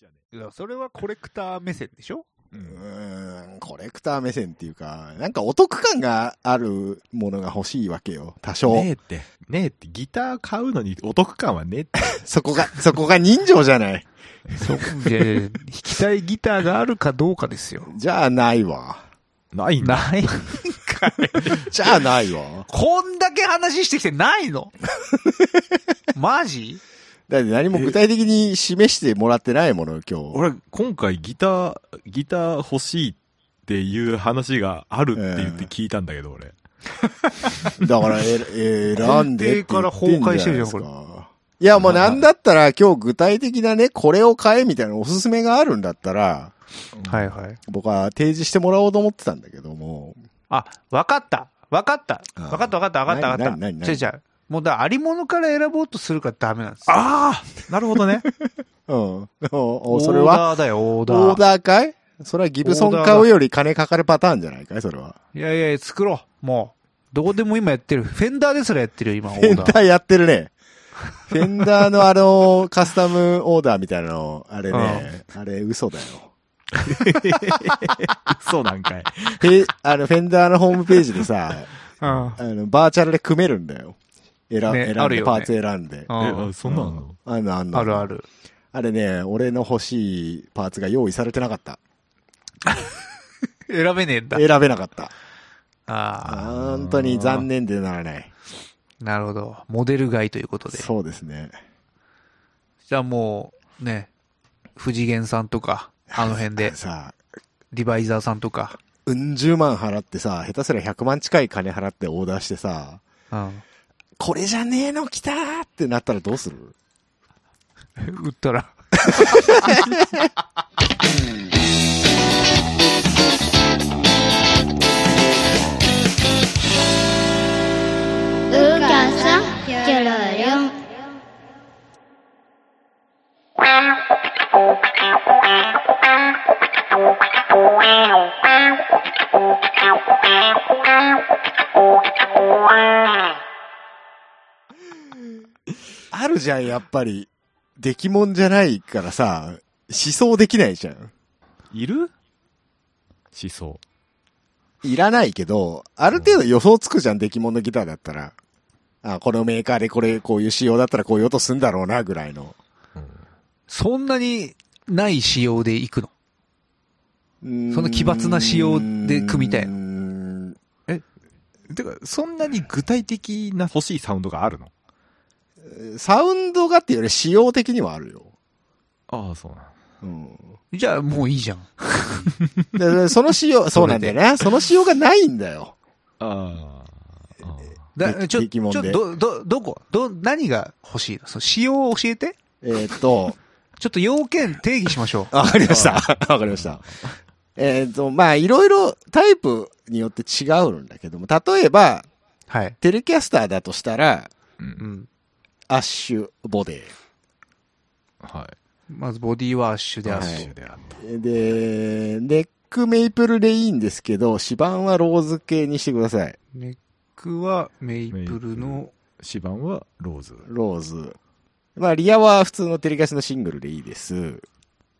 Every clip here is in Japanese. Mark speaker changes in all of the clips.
Speaker 1: じゃね。
Speaker 2: いやそれはコレクター目線でしょうう
Speaker 1: う
Speaker 2: ん
Speaker 3: ん、コレクター目線っていうか、なんかお得感があるものが欲しいわけよ、多少。
Speaker 1: ねえって、ねえって、ギター買うのにお得感はねえって。
Speaker 3: そこが、 そこが人情じゃない。
Speaker 2: そこで、弾きたいギターがあるかどうかですよ。
Speaker 3: じゃあないわ。
Speaker 1: ないんだ。
Speaker 2: ない。
Speaker 3: じゃあないわ。
Speaker 2: こんだけ話してきてないのマジ
Speaker 3: だって何も具体的に示してもらってないもの、今日。
Speaker 1: 俺、今回ギター、ギター欲しいっていう話があるって言って聞いたんだけど、俺。
Speaker 3: だから、え、え 選んでって言ってんじゃないです
Speaker 2: 根底か
Speaker 3: か。
Speaker 2: ら崩壊してるじゃんこれ
Speaker 3: いや、もうなんだったら今日具体的なね、これを買えみたいなおすすめがあるんだったら、
Speaker 2: はいはい。
Speaker 3: 僕は提示してもらおうと思ってたんだけども。
Speaker 2: あ、わかった。わかった。
Speaker 3: あー
Speaker 2: わかったわかったわかったわかった。
Speaker 3: 何何何何
Speaker 2: じゃじゃもうだからありものから選ぼうとするからダメなんですよ。
Speaker 1: ああなるほどね。
Speaker 3: うん。お
Speaker 2: オ
Speaker 3: おそれ
Speaker 2: ー
Speaker 3: は
Speaker 2: ダーだよ、オー
Speaker 3: オ
Speaker 2: ダー。
Speaker 3: ーダーかいそれはギブソン買うより金かかるパターンじゃないかいそれは。
Speaker 2: いやいや、作ろう。もう。どこでも今やってる。フェンダーですらやってるよ、今、オ
Speaker 3: フェ
Speaker 2: ー
Speaker 3: ン
Speaker 2: ダ
Speaker 3: ダ
Speaker 2: ー。
Speaker 3: ーやってるね。フェンダーのあの、カスタムオーダーみたいなの、あれね、あれ嘘だよ。
Speaker 1: そうなんかい。
Speaker 3: ペあの、フェンダーのホームページでさ、
Speaker 2: うん
Speaker 3: あの、バーチャルで組めるんだよ。選
Speaker 2: ね
Speaker 3: 選ん
Speaker 2: ある
Speaker 3: で、
Speaker 2: よね
Speaker 3: パーツ選んで。
Speaker 2: う
Speaker 1: え、
Speaker 2: ん
Speaker 1: あそんなの
Speaker 3: あの、あの、
Speaker 2: あるある。
Speaker 3: あれね、俺の欲しいパーツが用意されてなかった。
Speaker 2: 選べねえんだ。
Speaker 3: 選べなかった。
Speaker 2: あ
Speaker 3: 本当に残念でならない。
Speaker 2: あ、なるほど。モデル外ということで。
Speaker 3: そうですね。
Speaker 2: じゃあもう、ね、藤源さんと か、あの辺で、
Speaker 3: さあ、
Speaker 2: リバイザーさんとか。
Speaker 3: うん十万払ってさ、下手すりゃ100万近い金払ってオーダーしてさ、
Speaker 2: うん。
Speaker 3: これじゃねえの来たーってなったらどうする
Speaker 2: 売ったら。
Speaker 4: Lucasa Quiroleon.
Speaker 3: あるじゃん、やっぱり。出来もんじゃないからさ、思想できないじゃん。
Speaker 1: いる思想。
Speaker 3: いらないけど、ある程度予想つくじゃん、出来もんのギターだったら。あ、このメーカーでこれ、こういう仕様だったらこういう音すんだろうな、ぐらいの。
Speaker 2: そんなにない仕様で行くの
Speaker 3: その
Speaker 2: の奇抜な仕様で組みたいの
Speaker 3: の。
Speaker 1: てか、そんなに具体的な欲しいサウンドがあるの
Speaker 3: サウンドがっていうより仕様的にはあるよ。
Speaker 1: ああ、そうな
Speaker 3: うん。
Speaker 2: じゃあもういいじゃん。
Speaker 3: ででその仕 様、そうなんだよね。その仕様がないんだよ。
Speaker 1: ああ。
Speaker 2: だ
Speaker 3: で
Speaker 2: ちょ、ち
Speaker 3: 激
Speaker 2: ょ、
Speaker 3: 問で
Speaker 2: ど、ど、どこど、何が欲しいのその仕様を教えて。
Speaker 3: えーっと、
Speaker 2: ちょっと要件定義しましょう。
Speaker 3: わかりました。わかりました。えーっと、まあ、いろいろタイプによって違うんだけども、例えば、
Speaker 2: はい。
Speaker 3: テレキャスターだとしたら、
Speaker 1: うん
Speaker 2: う。ん。
Speaker 3: アッシュボデ
Speaker 1: は
Speaker 2: まずボディはアッシュ
Speaker 1: い。
Speaker 2: であ
Speaker 3: は
Speaker 2: る
Speaker 3: い。
Speaker 1: シュであった。
Speaker 3: ィ。で、ネックメイプルでいいんですけど、指板はローズ系にしてください。
Speaker 2: ネックはメイプルの、
Speaker 1: 指板はローズ。
Speaker 3: ローズ。まあ、リアは普通のテレキャスのシングルでいいです。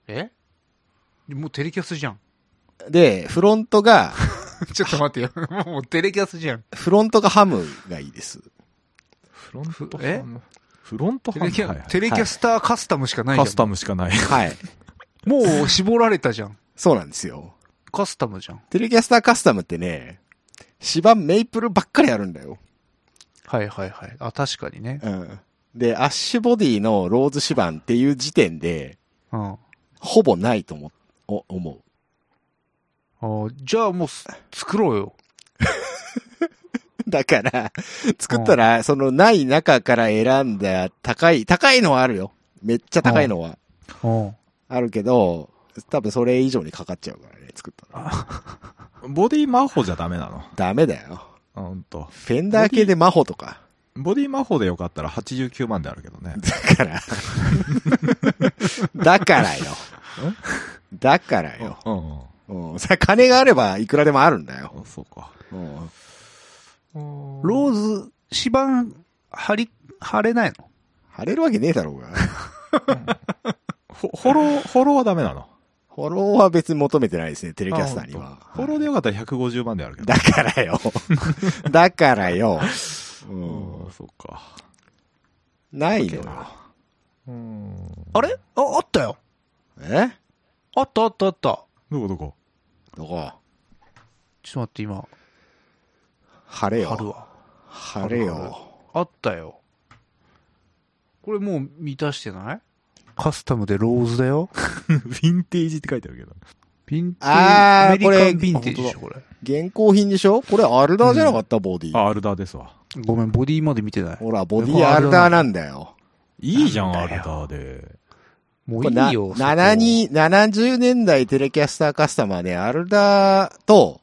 Speaker 2: えもうテレキャスじゃん。
Speaker 3: で、フロントが、
Speaker 2: ちょっと待って よ。もうテレキャスじゃん。
Speaker 3: フロントがハムがいいです。
Speaker 1: フロント
Speaker 2: え
Speaker 1: ハムフロント
Speaker 2: テ
Speaker 1: ハム
Speaker 2: レキャ,、
Speaker 1: はいはい
Speaker 2: テレキャスターカスタムしかないじゃん。
Speaker 1: カスタムしかない。
Speaker 3: はい。
Speaker 2: もう絞られたじゃん。
Speaker 3: そうなんですよ。
Speaker 2: カスタムじゃん。
Speaker 3: テレキャスターカスタムってね、芝メイプルばっかりあるんだよ。
Speaker 2: はいはいはい。あ、確かにね。
Speaker 3: うん。で、アッシュボディのローズ芝っていう時点で、
Speaker 2: うん。あ
Speaker 3: ほぼないと思お思う。
Speaker 2: ーじゃあもうす作ろうよ。
Speaker 3: だから、作ったら、そのない中から選んだ高い、高いのはあるよ。めっちゃ高いのは
Speaker 2: うん。
Speaker 3: あるけど、多分それ以上にかかっちゃうからね、作ったら。
Speaker 1: ボディマホじゃダメなの。
Speaker 3: ダメだよ。
Speaker 1: あほんと。
Speaker 3: フェンダー系でマホとか。
Speaker 1: ボディマホでよかったら89万であるけどね。
Speaker 3: だから。だからよ。だからよ。
Speaker 1: うんうん。
Speaker 3: うん。さ、金があればいくらでもあるんだよ。
Speaker 1: あそうか。
Speaker 3: うん。
Speaker 2: ローズ、指板、張り、張れないの
Speaker 3: 晴れるわけねえだろうが。
Speaker 1: ほフォロー、フォローはダメなの。
Speaker 3: フォローは別に求めてないですね、テレキャスターには。
Speaker 1: フォローでよかったら150万であるけど。
Speaker 3: だからよ。だからよ。うん
Speaker 1: うん、そうか。
Speaker 3: ないのよ。
Speaker 1: うん。
Speaker 2: あれあ、あったよ。
Speaker 3: え
Speaker 2: あったあったあった。
Speaker 1: どこど こ
Speaker 3: どこ
Speaker 2: ちょっと待って、今、
Speaker 3: 晴れ
Speaker 2: 貼る
Speaker 3: よ。
Speaker 2: わ。
Speaker 3: 晴れよ。
Speaker 2: あったよ。これもう満たしてないカスタムでローズだよ。
Speaker 1: ヴィンテージって書いてあるけど。
Speaker 2: ヴィンテージ、
Speaker 3: あー
Speaker 2: アメリカン
Speaker 3: これ
Speaker 2: ヴィンテージでしょ、これ。
Speaker 3: 現行品でしょこれアルダーじゃなかった、ボディ。
Speaker 1: あ、アルダーですわ。
Speaker 2: ごめん、ボディまで見てない。
Speaker 3: ほら、ボディアルダーなんだよ。
Speaker 1: いいじゃん、
Speaker 2: な
Speaker 1: ア
Speaker 2: んだ
Speaker 1: ル
Speaker 2: よ
Speaker 1: ダーで。
Speaker 2: も
Speaker 3: こ
Speaker 2: う
Speaker 3: れ
Speaker 2: い
Speaker 3: ない
Speaker 2: よ。
Speaker 3: 7に、70年代テレキャスターカスタマーね、アルダーと、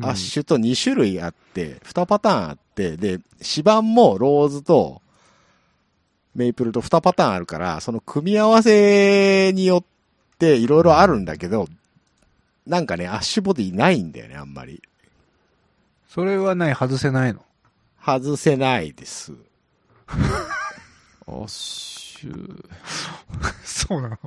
Speaker 2: うん
Speaker 3: アッシュと2種類あって、2パターンあって、で、指板もローズとメイプルと2パターンあるから、その組み合わせによっていろいろあるんだけど、なんかね、アッシュボディないんだよね、あんまり。
Speaker 2: それはない、外せないの。
Speaker 3: 外せないです。
Speaker 1: アッシュ。
Speaker 2: そうなの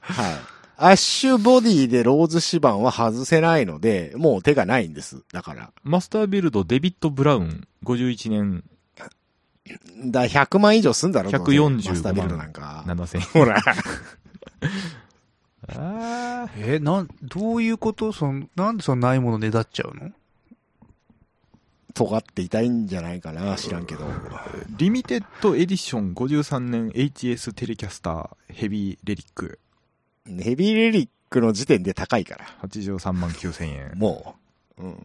Speaker 3: はい。アッシュボディでローズ指板は外せないので、もう手がないんです。だから。
Speaker 1: マスタービルド、デビッド・ブラウン、51年
Speaker 3: だから100万以上すんだろ、どうせ
Speaker 1: 145万
Speaker 3: マスタービルドなんか。
Speaker 1: 7000円。
Speaker 3: ほら。
Speaker 1: あ
Speaker 2: え、なん、どういうことその、なんでそのないものねだっちゃうの
Speaker 3: 尖っていたいんじゃないかな、知らんけど。
Speaker 1: リミテッドエディション53年 HS テレキャスターヘビーレリック
Speaker 3: ヘビーレリックの時点で高いから。
Speaker 1: 83万9000円。
Speaker 3: もう。うん。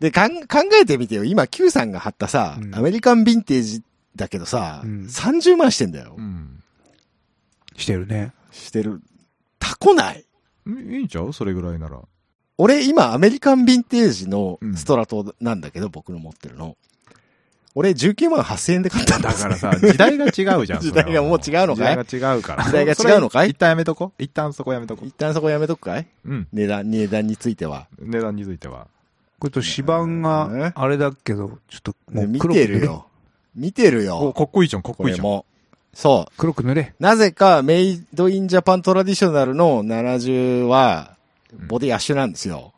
Speaker 3: で、かん、考えてみてよ。今、Q さんが貼ったさ、
Speaker 2: うん
Speaker 3: アメリカンヴィンテージだけどさ、
Speaker 2: うん
Speaker 3: 30万してんだよ。
Speaker 1: うん。
Speaker 2: してるね。
Speaker 3: してる。たこない。
Speaker 1: いいんちゃうそれぐらいなら。
Speaker 3: 俺、今、アメリカンヴィンテージのストラトなんだけど、僕の持ってるの。俺、19万8000円で買ったんだ
Speaker 1: だ
Speaker 3: か
Speaker 1: からら
Speaker 3: さ。
Speaker 1: さ、時代が違 うじゃん。
Speaker 3: 時代が
Speaker 1: それは
Speaker 3: もう違うのかい
Speaker 1: 時代が違うから。
Speaker 3: 時代が違うのかい
Speaker 1: それ一旦やめとこ。一旦そこやめとこ
Speaker 3: 一。旦そこやめとくかい
Speaker 1: うん。
Speaker 3: 値段、値段については。
Speaker 1: 値段については。
Speaker 2: これと芝板
Speaker 3: ね
Speaker 2: が、あれだけど、ちょっと、も
Speaker 3: ね
Speaker 2: う
Speaker 3: 見
Speaker 2: 黒く塗
Speaker 3: て
Speaker 2: れ
Speaker 3: る。よ。見てる
Speaker 1: お、
Speaker 3: よ。
Speaker 1: かっこいいじゃん、かっ
Speaker 3: こ
Speaker 1: こいい
Speaker 3: れ
Speaker 1: じゃん。
Speaker 3: も。そう。
Speaker 2: 黒く塗れ。
Speaker 3: なぜか、メイドインジャパントラディショナルの70は、ボディアッシュなんですよ。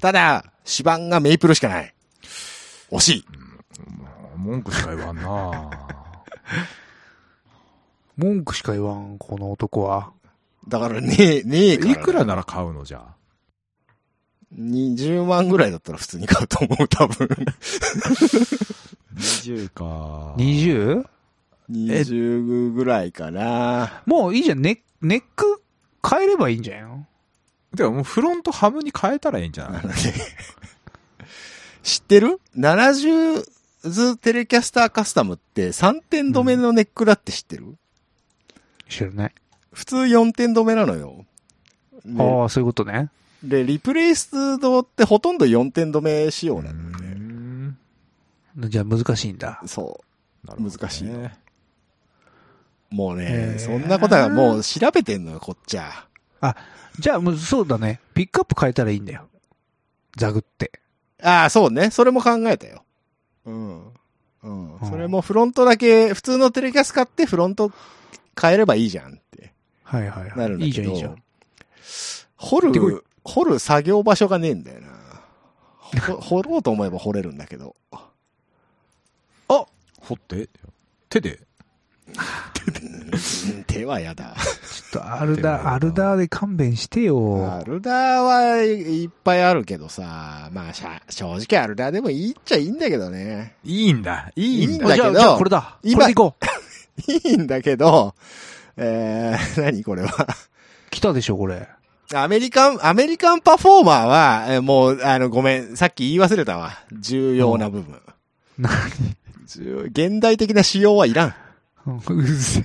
Speaker 3: ただ、指板がメイプルしかない。惜しい。
Speaker 1: 文句しか言わんな
Speaker 2: 文句しか言わん、この男は。だ
Speaker 3: だから、ねえ、ねえから、
Speaker 1: いくらなら買うのじゃあ。
Speaker 3: ?20 万ぐらいだったら普通に買うと思う、多 分。
Speaker 1: 20か。
Speaker 2: 20?
Speaker 3: 20ぐらいかな。
Speaker 2: もういいじゃん。ネネック変えればいいんじゃんよ。
Speaker 1: てかもうフロントハムに変えたらいいんじゃ
Speaker 3: あ
Speaker 1: な
Speaker 3: の
Speaker 1: い
Speaker 3: ね知ってる ?70 ズテレキャスターカスタムって3点止めのネックだって知ってる、
Speaker 2: 知らない。
Speaker 3: 普通4点止めなのよ。で
Speaker 2: ああ、そういうことね。
Speaker 3: で、リプレイスドってほとんど4点止め仕様なの
Speaker 1: う
Speaker 3: で、
Speaker 1: ん
Speaker 2: じゃあ難しいんだ。
Speaker 3: そ
Speaker 1: なるほどね
Speaker 3: 難しいのう。もうね
Speaker 2: へ、ー
Speaker 3: そんなことはもう調べてんのよ、こっちゃ。
Speaker 2: じゃあもうそうだね。ピックアップ変えたらいいんだよ。ザグって。
Speaker 3: ああ、そうね。それも考えたよ。うん。うん
Speaker 2: う。ん
Speaker 3: それもフロントだけ、普通のテレキャス買ってフロント変えればいいじゃんって
Speaker 2: はいはいはい。
Speaker 3: なるんだけど。
Speaker 2: いいじゃん、いいじゃん。
Speaker 3: 掘
Speaker 2: ってこい
Speaker 3: る、掘る作業場所がねえんだよな。ほ掘ろうと思えば掘れるんだけど。
Speaker 1: 掘って手で
Speaker 3: うん手はやだ。
Speaker 2: ちょっとアルダー、アルダーで勘弁してよ
Speaker 3: ア。ルダーはいっぱいあるけどさ、まあ、しゃ正直アルダーでもいいっちゃいいんだけどね。
Speaker 1: いいんだ。いいんだ。
Speaker 3: だけど
Speaker 2: あじゃあじゃあこれだ。
Speaker 3: 今
Speaker 2: これでいこう。
Speaker 3: いいんだけど、えー、 何これは。
Speaker 2: 来たでしょ、こ れ。
Speaker 3: アメリカン、アメリカンパフォーマーは、えーもう、あの、ごめん、さっき言い忘れたわ。重要な部分。
Speaker 2: 何
Speaker 3: 重現代的な仕様はいらん。
Speaker 2: うっせえ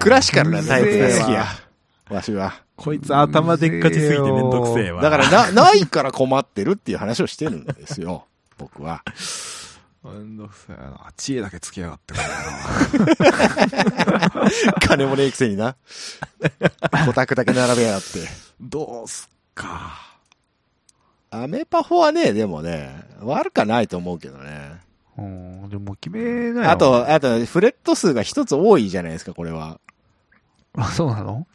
Speaker 3: クラシカルなタイプが好きや
Speaker 1: うぜ。
Speaker 3: わしは。
Speaker 1: こいつ頭でっかちすぎてめんどくせえわ。
Speaker 3: だからな、 ないから困ってるっていう話をしてるんですよ。僕は。
Speaker 1: ら、めんどくせえな。知恵だけつけやがって。
Speaker 3: 金もねえくせにな。コタクだけ並べやがって。
Speaker 1: どうすっか。
Speaker 3: アメパフォはね、でもね、悪かないと思うけどね。
Speaker 2: うん、でも決めない
Speaker 3: あと、、あと、フレット数が一つ多いじゃないですか、これは。
Speaker 2: あ、そうなの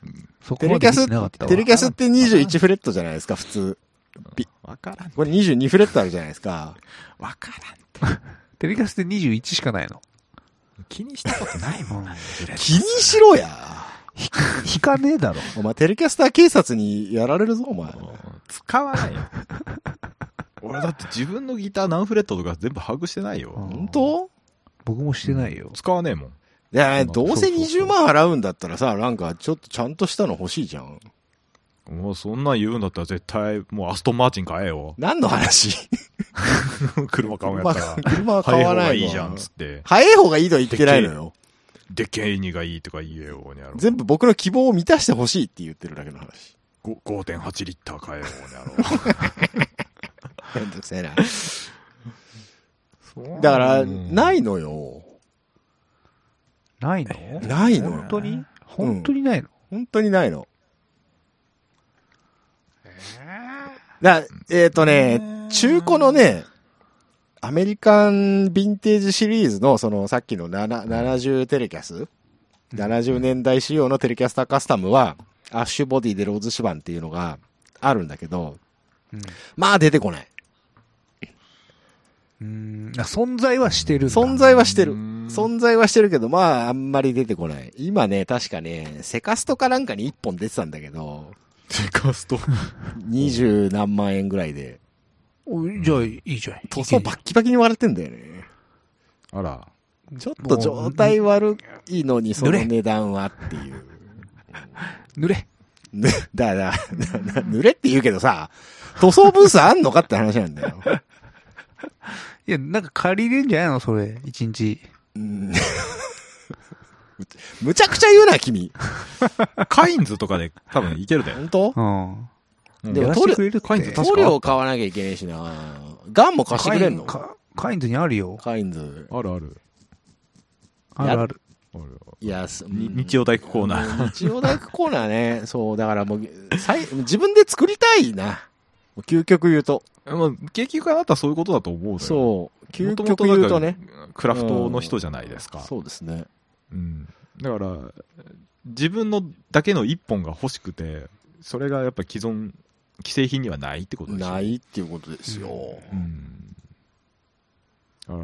Speaker 2: そこ
Speaker 3: テ
Speaker 2: ま
Speaker 3: レ
Speaker 2: で
Speaker 3: キャ
Speaker 2: 見て
Speaker 3: ス、
Speaker 2: なかったわ。
Speaker 3: テレキャスって21フレットじゃないですか、普通。
Speaker 1: わからん。
Speaker 3: これ22フレットあるじゃないですか。
Speaker 1: わからん。
Speaker 2: テレキャスって21しかないの。
Speaker 1: 気にしたことないもん。
Speaker 3: 気にしろや
Speaker 2: 引かねえだろ。
Speaker 3: お前、テレキャスター警察にやられるぞ、お前。
Speaker 1: 使わないよ。 俺だって自分のギター何フレットとか全部把握してないよ。
Speaker 3: 本当
Speaker 2: 僕もしてないよ。
Speaker 1: 使わねえもん。
Speaker 3: いや、どうせ
Speaker 2: そうそうそ
Speaker 3: 20
Speaker 2: う
Speaker 3: 万払うんだったらさ、なんか、ちょっとちゃんとしたの欲しいじゃん。。
Speaker 1: もうそんなん言うんだったら絶対、もうアストンマーチン買えよ
Speaker 3: 何の話
Speaker 1: 車買うん や
Speaker 3: ま
Speaker 1: っ
Speaker 3: あ
Speaker 1: たら。
Speaker 3: 車は買
Speaker 1: 早い
Speaker 3: わ
Speaker 1: 方
Speaker 3: な
Speaker 1: が
Speaker 3: い
Speaker 1: いい
Speaker 3: わ
Speaker 1: じゃん、つって。
Speaker 3: 早い方がいいとは言ってないのよ。
Speaker 1: でっけえニがいいとか言えよ、にゃろ。
Speaker 3: 全部僕の希望を満たしてほしいって言ってるだけの話。
Speaker 1: ご5.8リッター買えよ、にゃ
Speaker 3: めんどくせえな。
Speaker 1: ろ。
Speaker 3: だから、
Speaker 1: うん
Speaker 3: ないのよ。
Speaker 2: ないの
Speaker 3: ないの
Speaker 2: 本当
Speaker 3: よ。
Speaker 2: に本当にないの、
Speaker 3: 本当にないの。だえっ、とね、中古のね、アメリカンヴィンテージシリーズの、そのさっきのなな70テレキャス、70年代仕様のテレキャスターカスタムは、アッシュボディでローズ指板っていうのがあるんだけど、
Speaker 2: うん
Speaker 3: まあ出てこない。
Speaker 2: うんあ存在はしてるんだ
Speaker 3: 存在は してる
Speaker 1: う。ん
Speaker 3: 存在はしてるけど、まああんまり出てこない。今ね、確かね、セカストかなんかに1本出てたんだけど、
Speaker 1: セカスト。
Speaker 3: 二十何万円ぐらいで、
Speaker 2: おじゃあ、いいじゃん。
Speaker 3: 塗装バッキバキに割れてんだよね。
Speaker 1: あら。
Speaker 3: ちょっと状態悪いのにその
Speaker 2: 濡れ
Speaker 3: 値段はっていう。
Speaker 2: 濡れ。
Speaker 3: ね、だから、濡れって言うけどさ、塗装ブースあんのかって話なんだよ。
Speaker 2: いや、なんか借りれんじゃないのそれ。一日。
Speaker 3: うんむちゃくちゃ言うな、君。
Speaker 1: カインズとかで多分いけるだよ。
Speaker 3: 本当
Speaker 2: うん。
Speaker 1: うん
Speaker 3: で
Speaker 2: や
Speaker 3: も
Speaker 2: らせてくれるって。
Speaker 1: カインズ確
Speaker 3: 塗料買わなきゃいけねえしな。ガンも貸してくれんの
Speaker 2: カインカカインズにあるよ。
Speaker 3: カインズ。
Speaker 1: あるある。
Speaker 2: あるある。
Speaker 1: あるよ
Speaker 3: いや、す
Speaker 1: に
Speaker 3: うん
Speaker 1: 日曜大工コーナー。
Speaker 3: 日曜大工コーナーね。 そう、だからもう、さい自分で作りたいな。もう究極言うと。
Speaker 1: まあ、結局あなたはそういうことだと思うのよ。
Speaker 3: そう。究
Speaker 1: 元々
Speaker 3: 極言うとね。
Speaker 1: なんか。クラフトの人じゃないですか。
Speaker 3: そうですね。
Speaker 1: うん。だから、自分のだけの一本が欲しくて、それがやっぱ既存、既製品にはないってことでしょ。
Speaker 3: な。いっていうことですよ。
Speaker 1: うん。だか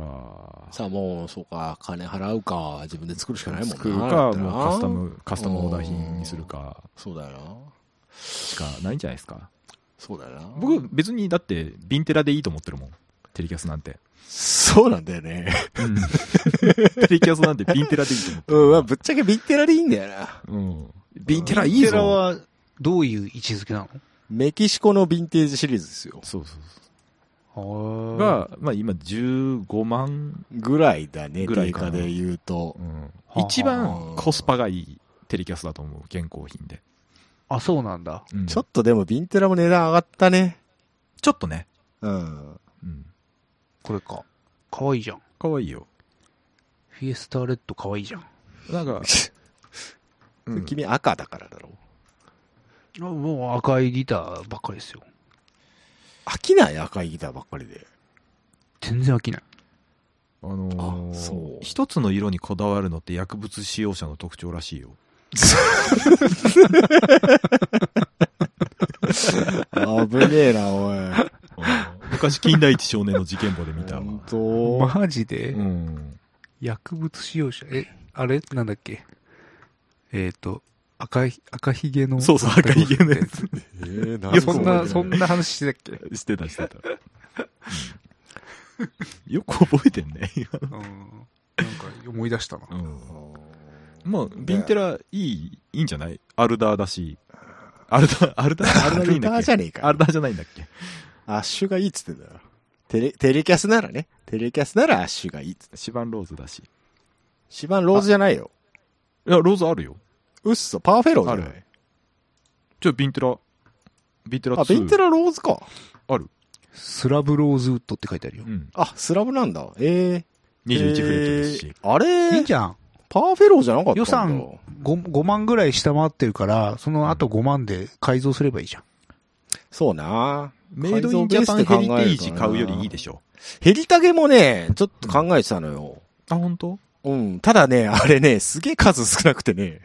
Speaker 1: ら、
Speaker 3: さあもう、そうか、金払うか、自分で作るしかないもんな。
Speaker 1: 作
Speaker 3: だ
Speaker 1: るか、
Speaker 3: ったら
Speaker 1: もうカスタ。ム、カスタムオーダー品にするか、
Speaker 3: そうだよな。
Speaker 1: しかないんじゃないですか。
Speaker 3: そうだよな。
Speaker 1: 僕、、別にだって、ビンテラでいいと思ってるもん。テレキャスなんて。
Speaker 3: そうなんだよね。
Speaker 1: うん。テレキャスなんてビンテラでいいと思って
Speaker 3: うん、まあぶっちゃけビンテラでいいんだよな。
Speaker 1: る。うん。ビンテラい
Speaker 2: ビン
Speaker 1: い
Speaker 2: テラ
Speaker 1: ぞ。
Speaker 2: は、どういう位置づけな
Speaker 3: メキシコのヴィンテージシリーズですよ。
Speaker 1: そうそうそ
Speaker 2: の
Speaker 1: う。、が、まあ今15万、
Speaker 3: ぐらいだね、
Speaker 1: ぐら
Speaker 3: 定
Speaker 1: いか
Speaker 3: 価
Speaker 1: な
Speaker 3: で言うと
Speaker 1: う。ん
Speaker 2: あ。
Speaker 1: 一番コスパがいいテレキャスだと思う。現行品で。
Speaker 2: あ、そうなんだ。
Speaker 1: うん
Speaker 3: ちょっとでもヴィンテラも値段上がったね。
Speaker 1: ちょっとね。
Speaker 3: うん。
Speaker 1: うん。
Speaker 2: これか。かわいいじゃん。
Speaker 1: かわいいよ。
Speaker 2: フィエスタレッドかわいいじゃん。あ、
Speaker 1: なん か、うん
Speaker 3: 君赤だからだろ。
Speaker 2: もう赤いギターばっかりですよ。
Speaker 3: 飽きない赤いギターばっかりで。
Speaker 2: 全然飽きない。
Speaker 1: あのー
Speaker 3: あそう
Speaker 1: 一つの色にこだわるのって薬物使用者の特徴らしいよ。
Speaker 3: 危ねえな、おい。
Speaker 1: 昔、金田一少年の事件簿で見たわ。
Speaker 3: 本当
Speaker 2: マジで、
Speaker 1: うん。
Speaker 2: 薬物使用者、え、あれなんだっけえっ、と、赤ひ、赤ひげの。
Speaker 1: そうそう、赤いげのやつ。
Speaker 3: えー、な
Speaker 1: よ く
Speaker 2: そ
Speaker 1: 覚
Speaker 2: ん
Speaker 1: えて
Speaker 2: な、
Speaker 1: る
Speaker 2: そんな話してたっけ
Speaker 1: してた、してた。うんよく覚えてんね、今
Speaker 2: うん。なんか思い出したな。
Speaker 1: の。まあ、ビンテラ、いい、いいんじゃないアルダーだし。アルダー、アル ダー、アルダーでいいんだ
Speaker 3: アルダー
Speaker 1: っ
Speaker 3: じ
Speaker 1: け
Speaker 3: ゃねえか
Speaker 1: アルダーじゃないんだっけ
Speaker 3: アッシュがいいっつってんだよ。テレ、テレキャスならね。テレキャスならアッシュがいいっつって。
Speaker 1: シバンローズだし。い
Speaker 3: シバンローズじゃないよ。
Speaker 1: や、ローズあるよ。
Speaker 3: うっそ、パーフェローじゃ
Speaker 1: あ
Speaker 3: ない。
Speaker 1: ちょ、ビンテラ。ビンテラ2。
Speaker 3: あ、ベンテラローズか。
Speaker 1: ある。
Speaker 2: スラブローズウッドって書いてあるよ
Speaker 1: う。ん。
Speaker 3: あ、スラブなんだ。ええー。
Speaker 1: 21フレットですし。
Speaker 3: えーあ
Speaker 2: いい
Speaker 3: れ
Speaker 2: んじゃん。
Speaker 3: パーフェローじゃなかったんだ。
Speaker 2: 予算 5, 5万ぐらい下回ってるから、その後5万で改造すればいいじゃん。
Speaker 3: そうな。
Speaker 1: メイドインジャパンヘリテージ買うよりいいでしょ。
Speaker 3: ヘリタゲもね、ちょっと考えてたのよ。
Speaker 1: あ、本当？
Speaker 3: うん。ただね、あれね、すげえ数少なくてね、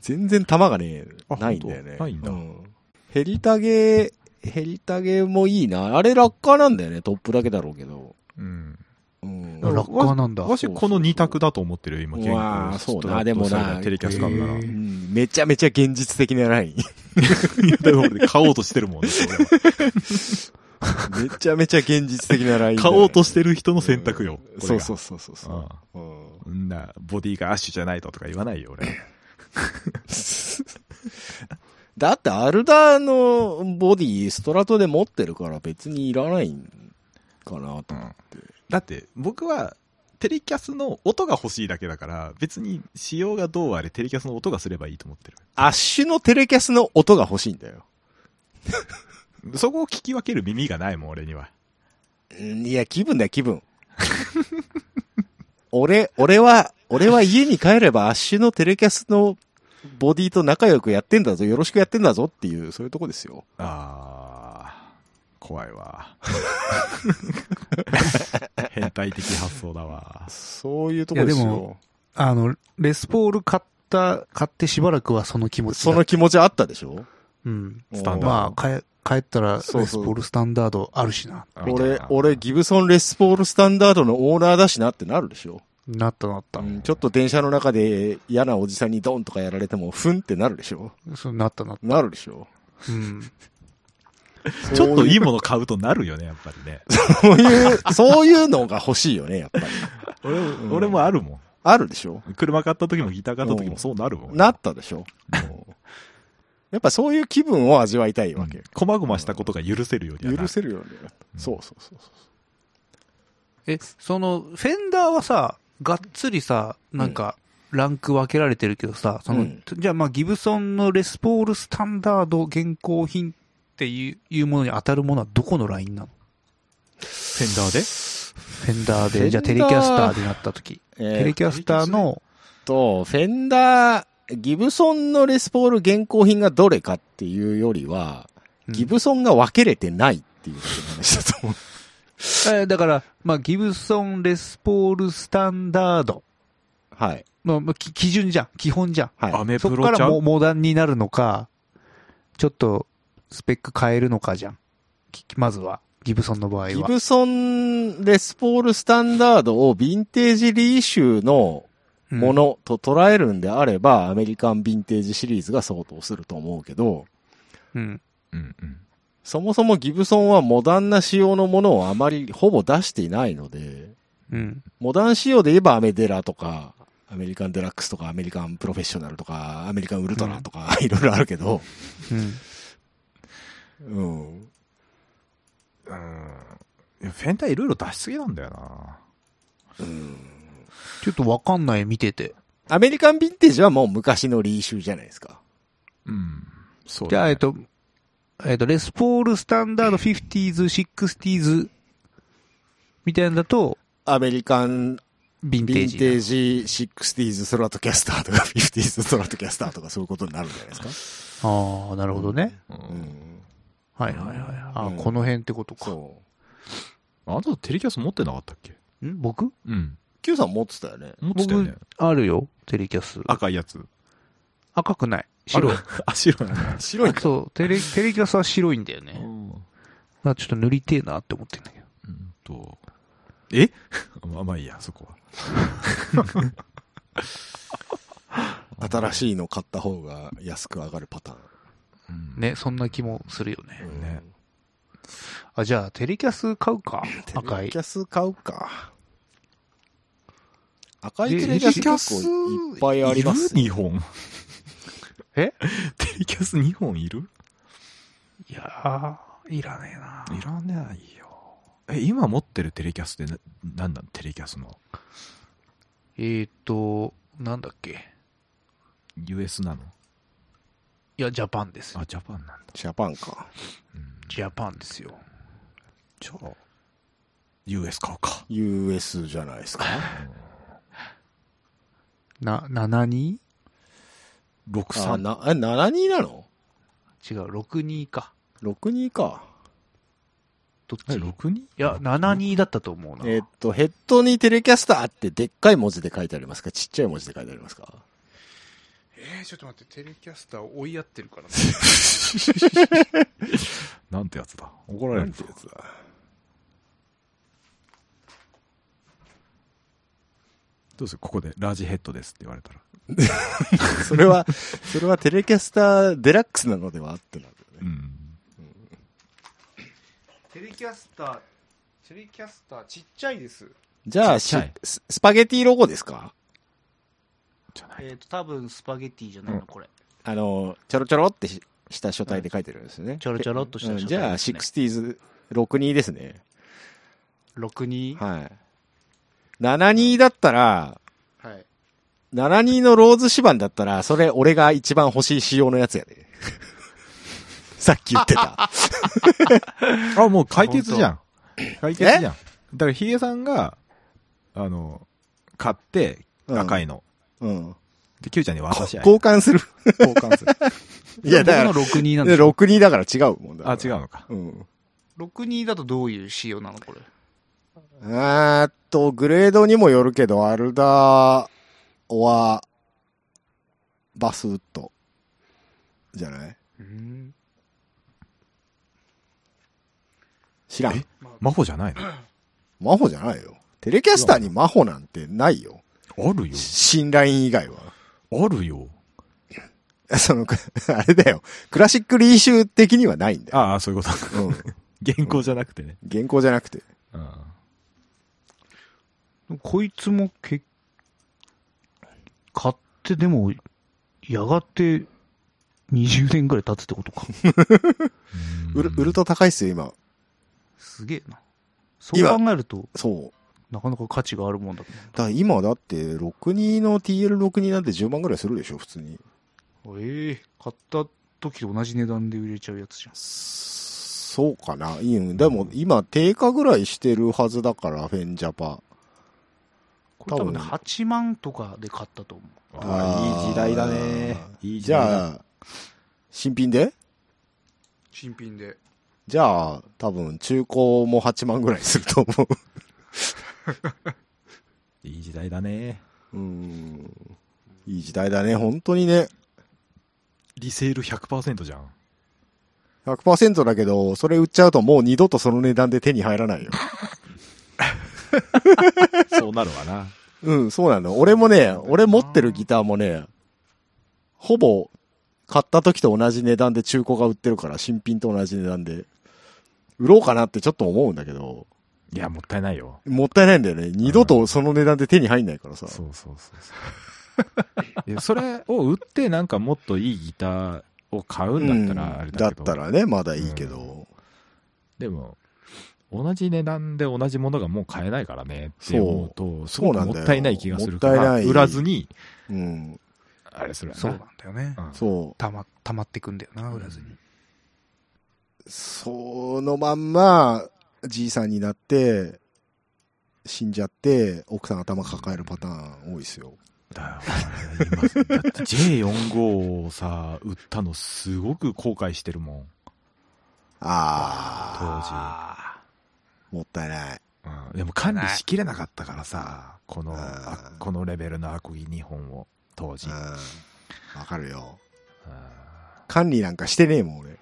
Speaker 3: 全然弾がね
Speaker 1: あ、
Speaker 3: ないんだよね
Speaker 1: 本。当ないんだ
Speaker 3: うんヘリタゲ、ヘリタゲもいいな。あれ落下なんだよね、トップだけだろうけど。
Speaker 1: うん。
Speaker 3: うん。
Speaker 1: なるほ
Speaker 2: ラ
Speaker 3: う
Speaker 1: ど
Speaker 2: ッカーなんだ。
Speaker 1: わし、この二択だと思ってるよ、今、
Speaker 3: うわーそうなでもな
Speaker 1: ストラップされたテレキャス買うなら。
Speaker 2: へー
Speaker 3: んめちゃめちゃ現実的な ライン。
Speaker 1: いやでも俺買おうとしてるもんね、 俺は
Speaker 3: めちゃめちゃ現実的なラインだ
Speaker 1: 買
Speaker 3: よね。
Speaker 1: おうとしてる人の選択よ。
Speaker 3: そうそう
Speaker 1: う。
Speaker 3: そうそうそう。
Speaker 1: あ
Speaker 3: うん
Speaker 1: あんな、ボディがアッシュじゃないととか言わないよ、俺。
Speaker 3: だって、アルダーのボディ、ストラトで持ってるから別にいらないんかなと。
Speaker 1: だって、僕は、テレキャスの音が欲しいだけだから、別に仕様がどうあれ、テレキャスの音がすればいいと思ってる。
Speaker 3: アッシュのテレキャスの音が欲しいんだよ。
Speaker 1: そこを聞き分ける耳がないもん、俺には。
Speaker 3: うんいや、気分だよ、気分。 俺、俺は、俺は家に帰ればアッシュのテレキャスのボディと仲良くやってんだぞ、よろしくやってんだぞっていう、そういうとこですよ。
Speaker 1: あー、怖いわ。変態的発想だわ。
Speaker 3: そういうとこです
Speaker 2: いやで
Speaker 3: よ
Speaker 2: も。あの、レスポール買った、買ってしばらくはその気持ちだ。
Speaker 3: その気持ちあったでしょ
Speaker 2: うん。
Speaker 1: スタンダード
Speaker 2: まあ、帰帰ったら、レスポ
Speaker 3: そうそう
Speaker 2: ールスタンダードあるしな。
Speaker 3: 俺、俺、ギブソンレスポールスタンダードのオーナーだしなってなるでしょ
Speaker 2: なったなった
Speaker 3: う。んちょっと電車の中で嫌なおじさんにドンとかやられても、ふんってなるでしょ
Speaker 2: そうなったなった。
Speaker 3: なるでしょ
Speaker 2: うん。
Speaker 1: ちょっといい
Speaker 3: も
Speaker 1: もの買うとなるよね、やっぱりね。
Speaker 3: そういう、 そういうのが欲しいよね、やっぱり。
Speaker 1: 俺
Speaker 3: ん
Speaker 1: 俺もあるも
Speaker 3: あるでしょ
Speaker 1: ん。車買った時もギター買った時もそうなるもん。
Speaker 3: なったでしょやっぱそういう気分を味わいたいわけ。
Speaker 1: こまごましたことが許せるようにはな
Speaker 3: 許せるよね。そうそうそうそう。
Speaker 2: え、その、フェンダーはさ、がっつりさ、なんか、ランク分けられてるけどさ、その、
Speaker 3: うん
Speaker 2: じゃあまあ、ギブソンのレスポールスタンダード現行品っていういうものに当たるものはどこのラインなの
Speaker 1: フェンダーで
Speaker 2: フェンダー
Speaker 3: フェンダ
Speaker 2: で、
Speaker 3: ー
Speaker 2: じゃあテレキャスターになった時。テ
Speaker 3: え
Speaker 2: レ
Speaker 3: ーっ
Speaker 2: キャスターの、
Speaker 3: と、フェンダー、ギブソンのレスポール現行品がどれかっていうよりは、
Speaker 2: うん
Speaker 3: ギブソンが分けれてないっていう 話だと思う。
Speaker 2: えーだから、まあ、ギブソンレスポールスタンダード
Speaker 3: はい。
Speaker 2: の、まあ、き基準じゃん。基本じゃん。
Speaker 3: はい。
Speaker 1: アメ
Speaker 2: そ
Speaker 1: プ
Speaker 2: こ
Speaker 1: ロ
Speaker 2: か
Speaker 1: ち
Speaker 2: ら
Speaker 1: ゃ
Speaker 2: も
Speaker 1: う
Speaker 2: モダンになるのか、ちょっとスペック変えるのかじゃん。きまずは、ギブソンの場合
Speaker 3: ギ
Speaker 2: は。
Speaker 3: ブソンレスポールスタンダードをヴィンテージリイシューのものと捉えるんであれば、アメリカンヴィンテージシリーズが相当すると思うけど、
Speaker 2: うん。
Speaker 1: うんうん。
Speaker 3: そもそもギブソンはモダンな仕様のものをあまりほぼ出していないので、
Speaker 2: うん。
Speaker 3: モダン仕様で言えばアメデラとか、アメリカンデラックスとか、アメリカンプロフェッショナルとか、アメリカンウルトラとか、いろいろあるけど、
Speaker 2: うん。
Speaker 3: うん。
Speaker 1: いやフェンダーいろいろ出しすぎなんだよな。
Speaker 2: ちょっとわかんない、見てて。
Speaker 3: アメリカンヴィンテージはもう昔のリイシューじゃないですか。
Speaker 1: うん。そう
Speaker 2: じゃ
Speaker 1: だ
Speaker 2: あ、
Speaker 1: ね
Speaker 2: えっと、えっと、レスポールスタンダード 50s、60s みたいなのだと、
Speaker 3: アメリカ
Speaker 2: ヴィ
Speaker 3: ン
Speaker 2: ンテ
Speaker 3: ヴィ
Speaker 2: ー
Speaker 3: ン
Speaker 2: ジ。
Speaker 3: テージ、60s ストラトキャスターとか、50s ストラトキャスターとかそういうことになるんじゃないです
Speaker 2: ああ、なるほどね。
Speaker 1: う
Speaker 3: か。うんん。
Speaker 2: はいはいはい。あー
Speaker 3: うん
Speaker 2: この辺ってことか。
Speaker 3: そ
Speaker 1: あなたテレキャス持ってなかったっけ
Speaker 2: ん僕
Speaker 1: うん。
Speaker 3: う。Q さん持ってたよね。
Speaker 1: 持ってたよね
Speaker 2: 僕。、あるよ、テレキャス。
Speaker 1: 赤いやつ。
Speaker 2: 赤くない。白い。
Speaker 1: あ、白なんだ。
Speaker 3: 白い
Speaker 2: そう、テレ、テレキャスは白いんだよね。
Speaker 1: うん
Speaker 2: まあちょっと塗りてえなって思ってんだけど。
Speaker 1: うんと。え まあまあいいや、そこは。
Speaker 3: 新しいの買った方が安く上がるパター
Speaker 1: うん
Speaker 2: ね、そんな気もするよね。
Speaker 3: ン。
Speaker 1: ね
Speaker 2: あ、じゃあ、テレキャス買う か。
Speaker 3: うん。テ
Speaker 2: 赤
Speaker 3: レ
Speaker 2: い
Speaker 3: キ。ャス買うか。赤い
Speaker 2: で
Speaker 3: テレキャス結構いっぱいありますね。
Speaker 1: いる ?2 本。
Speaker 2: え
Speaker 1: テレキャス2本いる
Speaker 2: いやー、いらねえな。
Speaker 1: いらないよ。え、今持ってるテレキャスってな、なんなんテレキャスの。
Speaker 2: えーっと、なんだっけ。
Speaker 1: US なの
Speaker 2: いや、ジャパンです。
Speaker 1: あ、ジャパンなんだ。
Speaker 3: ジャパンか。
Speaker 1: うん、
Speaker 2: ジャパンですよ。
Speaker 1: じゃあ、US 買うか。
Speaker 3: US じゃないですか。
Speaker 2: な、72?
Speaker 3: あ、
Speaker 1: 63。
Speaker 3: な、え、72なの
Speaker 2: 違う、62か。
Speaker 3: ?62 か。
Speaker 2: どっ
Speaker 1: あ
Speaker 2: ち
Speaker 1: れ
Speaker 2: い
Speaker 1: 62? い
Speaker 2: や、72だったと思うな。
Speaker 3: えっと、ヘッドにテレキャスターってでっかい文字で書いてありますかちっちゃい文字で書いてありますか
Speaker 5: えー、ちょっと待って、テレキャスターを追いやってるから ね。
Speaker 1: なんてやつだ。怒られるぞ。
Speaker 5: つだ。
Speaker 1: どうするここでラージヘッドですって言われたら。
Speaker 3: それ は、それはテレキャスターデラックスなのではってなるよ
Speaker 1: う
Speaker 3: ね。
Speaker 1: ん。
Speaker 5: テレキャスター、テレキャスターちっちゃいです。
Speaker 3: じゃあ、
Speaker 1: ちっちゃい
Speaker 3: しススパゲティロゴですか
Speaker 1: じゃない。
Speaker 2: えっ、と、多分スパゲティじゃないの、これ。
Speaker 3: あの、ちょろちょろってしした書体で書いてるんですよね。
Speaker 2: ちょろちょろっとした書体
Speaker 3: うんじゃあ、
Speaker 2: です
Speaker 3: シ
Speaker 2: ね
Speaker 3: クスティーズ62ですね。
Speaker 2: 62。
Speaker 3: はい。72だったら、
Speaker 5: はい。
Speaker 3: 72のローズ芝番だったら、それ俺が一番欲しい仕様のやつや で。さっき言ってた。
Speaker 1: あ、もう解決 じゃん。解決じゃん。だからヒゲさんが、あの、買って、
Speaker 3: うん
Speaker 1: 赤いの。
Speaker 3: うん。
Speaker 1: で、キューちゃんに渡し合い。
Speaker 3: 交換する。
Speaker 1: 交換 する。
Speaker 3: いや、だから、
Speaker 2: 僕の62なん
Speaker 3: で
Speaker 2: ですよ。
Speaker 3: 62だから違うもんだ。
Speaker 1: あ、違う
Speaker 3: う。
Speaker 1: のか。
Speaker 3: うん。
Speaker 2: 62だとどういう仕様なの、これ。
Speaker 3: あーっと、グレードにもよるけど、アルダーは、バスウッド。じゃない
Speaker 5: うん。
Speaker 3: 知らん
Speaker 1: え。魔法じゃない
Speaker 3: マホじゃないよ。テレキャスターにマホなんてないよ。
Speaker 1: のあるよ。
Speaker 3: 新ライン以外は。
Speaker 1: あるよ。
Speaker 3: その、くあれだよ。クラシックリーシュー的にはないんだよ。
Speaker 1: ああ、そういうこと。
Speaker 3: うん。
Speaker 1: 原稿じゃなくてね。
Speaker 3: 原稿じゃなくて。
Speaker 1: うん。
Speaker 2: こいつもけ、買ってでも、やがて20年ぐらい経つってことか。
Speaker 3: 売る、売ると高いっすよ、今。
Speaker 2: すげえな。そう考えると、
Speaker 3: そう。
Speaker 2: なかなか価値があるもんだと
Speaker 3: だから今だって、62の TL62 なんて10万ぐらいするでしょ、普通に。
Speaker 2: 思う。ええ買った時と同じ値段で売れちゃうやつじゃん。
Speaker 3: そうかな。いいよでも、今、定価ぐらいしてるはずだから、フェンジャパ。
Speaker 2: これ多分ね、
Speaker 3: 多分
Speaker 2: 8万とかで買ったと思う。
Speaker 1: ああ、いい時代だね。いい時
Speaker 3: じ
Speaker 1: 代だ。
Speaker 3: ゃあ、新品で
Speaker 5: 新品で。
Speaker 3: じゃあ、多分、中古も8万ぐらいすると思う。
Speaker 1: いい時代だね。
Speaker 3: うーんいい時代だね、本当にね。
Speaker 1: リセール100%じゃん。
Speaker 3: 100%だけど、それ売っちゃうともう二度とその値段で手に入らないよ。
Speaker 1: そうなるわな。
Speaker 3: うん、そうなの。俺もね、俺持ってるギターもね、ほぼ買った時と同じ値段で中古が売ってるから、新品と同じ値段で。売ろうかなってちょっと思うんだけど、
Speaker 1: いや、もったいないよ。
Speaker 3: もったいないんだよね。二度とその値段で手に入んないからさ。
Speaker 1: そうそうそう そう。いやそれを売って、なんかもっといいギターを買うんだったら、あれだけど。
Speaker 3: だったらね、まだいいけど。
Speaker 1: でも、同じ値段で同じものがもう買えないからねって思うと、すごくもったいない気がするか
Speaker 3: そうなん
Speaker 1: ら、
Speaker 3: だよもったいない
Speaker 1: 売らずに、
Speaker 3: うん。
Speaker 1: あれするやな
Speaker 2: そうなんだよね。
Speaker 1: うん
Speaker 3: そう。
Speaker 2: たま、たまってくんだよな、売らずに。
Speaker 3: そのまんま、じいさんになって、死んじゃって、奥さん頭抱えるパターン多いですよ。
Speaker 1: だよ。今だって J45 をさ、売ったのすごく後悔してるもん、当
Speaker 3: あ
Speaker 1: 時。
Speaker 2: あ
Speaker 3: ー、もったいない。
Speaker 1: うん、でも管理しきれなかったからさ、この、
Speaker 3: あ
Speaker 1: あこのレベルのアコギ2本を、当時。
Speaker 3: うん。
Speaker 1: うん
Speaker 3: わかるよ。管理なんかしてねえもん、俺。
Speaker 2: あ。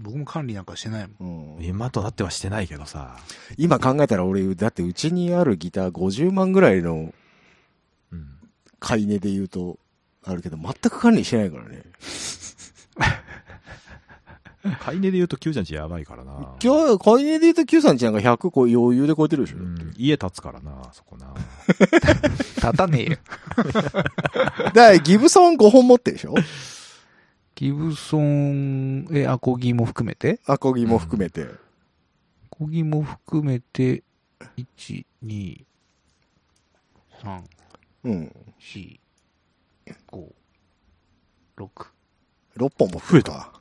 Speaker 2: 僕も管理なんかしてないもん。
Speaker 3: うん、
Speaker 1: 今となってはしてないけどさ、
Speaker 3: 今考えたら俺、だってうちにあるギター50万ぐらいの
Speaker 1: うん、
Speaker 3: 買い値で言うと、あるけど、全く管理してないからね。
Speaker 1: 買い値で言うと9ジャンチやばいからな。
Speaker 3: 今日、買い値で言うと Q さんちなんか100こう余裕で超えてるでしょ、
Speaker 1: うん、家建つからな、そこな。
Speaker 2: 立たねえよ。
Speaker 3: だからギブソン5本持ってるでしょ
Speaker 2: ギブソン、え、アコギも含めて
Speaker 3: アコギも含めて。
Speaker 2: アコギも含めて、1、2、3、
Speaker 3: うん。
Speaker 2: 4、5、6。
Speaker 3: 6本も増えた。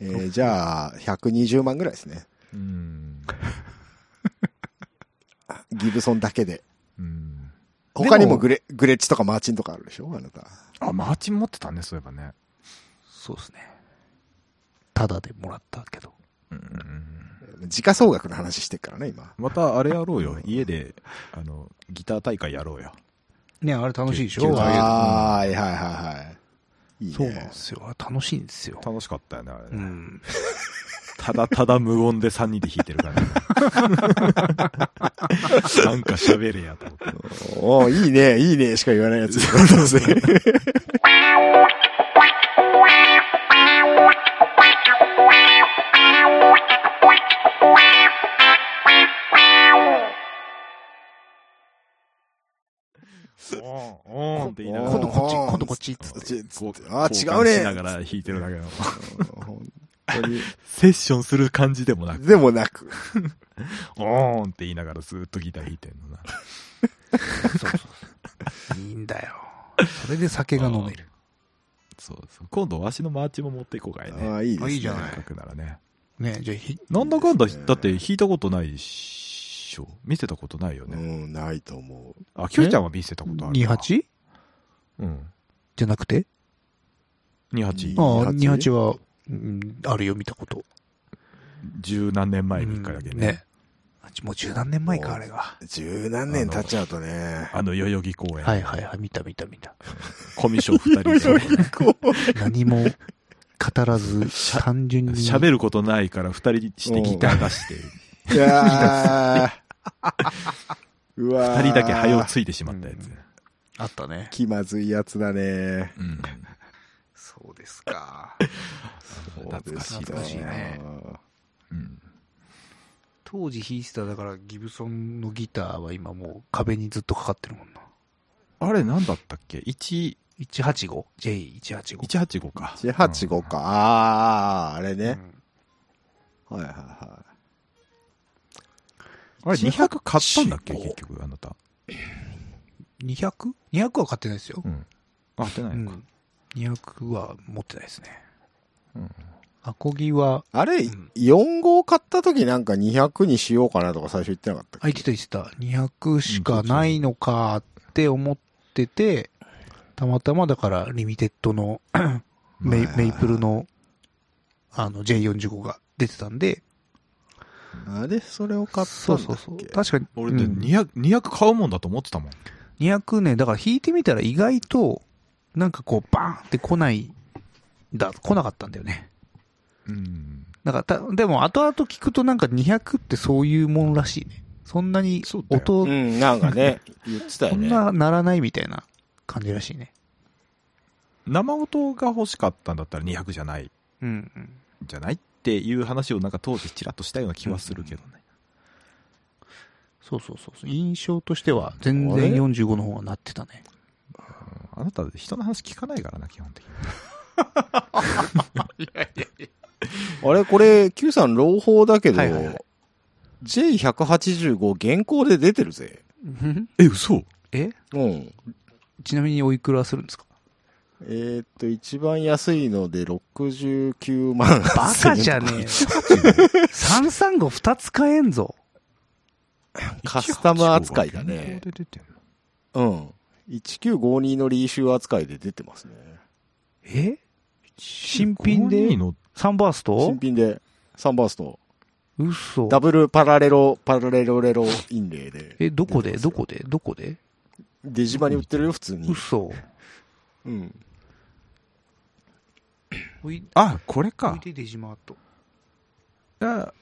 Speaker 3: えーじゃあ、120万ぐらいですね。
Speaker 1: うん。
Speaker 3: ギブソンだけで。
Speaker 1: うん。
Speaker 2: も
Speaker 3: 他にもグレグレッチとかマーチンとかあるでしょあなた。
Speaker 1: あ、マーチン持ってたね、そういえばね。
Speaker 2: そうですね。ただでもらったけど。
Speaker 1: うん。
Speaker 3: 時価総額の話してるからね、今。
Speaker 1: またあれやろうよ。家で、あの、ギター大会やろうよ。
Speaker 2: ね、あれ楽しいでし
Speaker 1: け
Speaker 2: ょ
Speaker 1: ど
Speaker 2: ああいうの
Speaker 3: ああー、はいはいはい。いいね。
Speaker 2: そうなんですよ。あ楽しいんですよ。
Speaker 1: 楽しかったよね、あれね
Speaker 2: うん。
Speaker 1: ただただ無音で3人で弾いてるから、ね、なんか喋れやと思って。
Speaker 3: おーいいね、いいね、しか言わないやつだったんですね。
Speaker 1: おーんって言いながら。
Speaker 2: 今度こっち、今度こっちっつって。
Speaker 3: ち
Speaker 1: こう
Speaker 3: あー、違う
Speaker 1: 交換しな
Speaker 3: ね。
Speaker 1: がら弾いてるだけの。
Speaker 3: 本当に。
Speaker 1: セッションする感じでもなく、
Speaker 3: でもなく。
Speaker 1: おーんって言いながらずっとギター弾いてるのな。
Speaker 2: いいんだよ。 それで酒が飲める。
Speaker 1: そうそう。今度わしのマーチも持っていこうかい
Speaker 3: あ
Speaker 1: ね。
Speaker 3: あ、いいです
Speaker 2: あ
Speaker 3: ね。
Speaker 2: いいじゃない
Speaker 1: せっかくならね。
Speaker 2: ね、 じゃあひ、
Speaker 1: なんだかんだ、
Speaker 3: ね
Speaker 1: だって弾いたことないっしょ。見せたことないよ
Speaker 3: う
Speaker 1: ね。
Speaker 3: ん、ないと思う。
Speaker 1: あ、きょうちゃんは見せたことあるな。
Speaker 2: 28?
Speaker 1: うん。
Speaker 2: じゃなくて
Speaker 1: 28。
Speaker 2: ああ、
Speaker 3: 28
Speaker 2: 28は、うん、あるよ、見たこと。
Speaker 1: 十何年前に一回だけね。
Speaker 2: ね。もう十何年前か、あれが。
Speaker 3: 十何年経っちゃうとね。
Speaker 1: あの、代々木公園。
Speaker 2: はいはいはい、見た見た見た。
Speaker 1: コミュ障二人で。
Speaker 2: 何も語ら ず、単純に。
Speaker 1: 喋ることないから二人してギター出して、
Speaker 3: いやー。うわー
Speaker 1: 二人だけ早をついてしまったやつ。
Speaker 2: あったね。
Speaker 3: 気まずいやつだね。
Speaker 1: うん。
Speaker 5: そうですか。
Speaker 1: 懐かしい
Speaker 2: 懐かしいね。
Speaker 1: うん。
Speaker 2: 当時弾いてた、だから、ギブソンのギターは今もう壁にずっとかかってるもんな。
Speaker 1: あれなんだったっけ ?1、
Speaker 2: 185?J185。
Speaker 1: 185か。
Speaker 3: 185か。あー、あれ
Speaker 2: う
Speaker 3: ね。
Speaker 2: ん
Speaker 3: はいはいは
Speaker 1: うん。あれ200買ったんだっけ結局、あなた。
Speaker 2: 200?200 200は買ってないですよ
Speaker 1: う。ん。あ、出な
Speaker 2: う
Speaker 1: いのか。
Speaker 2: ん。200は持ってないですね。
Speaker 1: うん
Speaker 2: アコギは、
Speaker 3: い。あれ、
Speaker 2: うん
Speaker 3: 4号買った時なんか200にしようかなとか最初言ってなかったっけ
Speaker 2: あ、言ってた言ってた。200しかないのかって思ってて、たまたまだから、リミテッドのメイ
Speaker 3: まあ
Speaker 2: メイプルの、あの、J45 が出てたんで、
Speaker 3: あれ、それを買った
Speaker 2: そ
Speaker 3: ん
Speaker 2: う
Speaker 3: だっけ
Speaker 2: そうそう。確かに、
Speaker 1: 俺って
Speaker 2: うん
Speaker 1: 200、200買うもんだと思ってたもん。
Speaker 2: 200ね、だから弾いてみたら意外と、なんかこう、バーンって来ない、だ、来なかったんだよね。
Speaker 1: うん。
Speaker 2: なんかた、でも後々聞くとなんか200ってそういうもんらしいね。そんなに
Speaker 1: そうだよ
Speaker 2: 音、
Speaker 3: うん、なんかね、 言ってたよ
Speaker 2: こん
Speaker 3: ね。
Speaker 2: な鳴らないみたいな感じらしいね。
Speaker 1: 生音が欲しかったんだったら200じゃない、
Speaker 2: うん、うん。
Speaker 1: じゃないっていう話をなんか当時ちらっとしたような気はするけどね。
Speaker 2: そうそうそうそう。印象としては全然45の方が鳴ってたね。
Speaker 1: あなた人の話聞かないからな、基本的に。
Speaker 3: あれ、これ、Q さん朗報だけど、
Speaker 2: はいはいはい
Speaker 3: J185 現行で出てるぜ。
Speaker 1: え、嘘
Speaker 2: え
Speaker 3: うん。
Speaker 2: ちなみにおいくらするんですか
Speaker 3: えーっと、一番安いので69万8000
Speaker 2: バカじゃねえよ。335二つ買えんぞ。
Speaker 3: カスタム扱いだね
Speaker 1: 185が現行で出てんの
Speaker 3: うん。1952のリーシュー扱いで出てますね。
Speaker 2: え新品で
Speaker 1: 552の
Speaker 2: サンバースト
Speaker 3: 新品で、サンバースト。
Speaker 2: 嘘。
Speaker 3: ダブルパラレロ、パラレロレロインレイで。
Speaker 2: え、どこで
Speaker 3: 出て
Speaker 2: ど
Speaker 3: ます
Speaker 2: こでどこで
Speaker 3: デジマに売ってるよ、普通に。
Speaker 2: 嘘。
Speaker 3: うん。
Speaker 2: おい、
Speaker 1: あ、これ
Speaker 2: お
Speaker 1: か
Speaker 2: い。でデジマート。
Speaker 1: いや、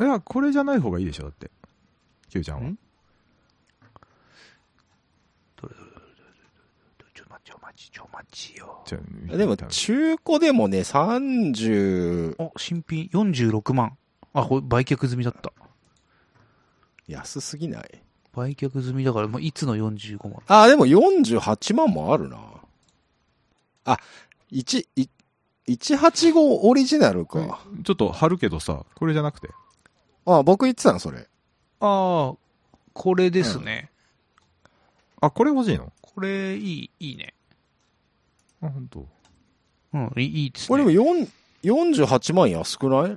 Speaker 1: いやこれじゃない方がいいでしょ、だって。キューちゃんは
Speaker 2: ん。どれどれどれどれちょ、待ち、ちょ、待ち、ちょ、待ちよ。
Speaker 1: じゃあ
Speaker 3: でも、
Speaker 1: 多分
Speaker 3: 中古でもね、30、
Speaker 2: あ、新品46万。あ、これ売却済みだった。
Speaker 3: 安すぎない
Speaker 2: 売却済みだから、もういつの45万。
Speaker 3: あ、でも48万もあるな。あ、1、い185オリジナルか。
Speaker 1: ちょっと貼るけどさ、これじゃなくて。
Speaker 3: あ、僕言ってたの、それ。
Speaker 2: ああ、これですね。
Speaker 1: あ、これ欲しいの
Speaker 2: これ、いい、いいね。
Speaker 1: あ、本当。
Speaker 2: うん、いいいいですね。
Speaker 3: これでも4 48万安くない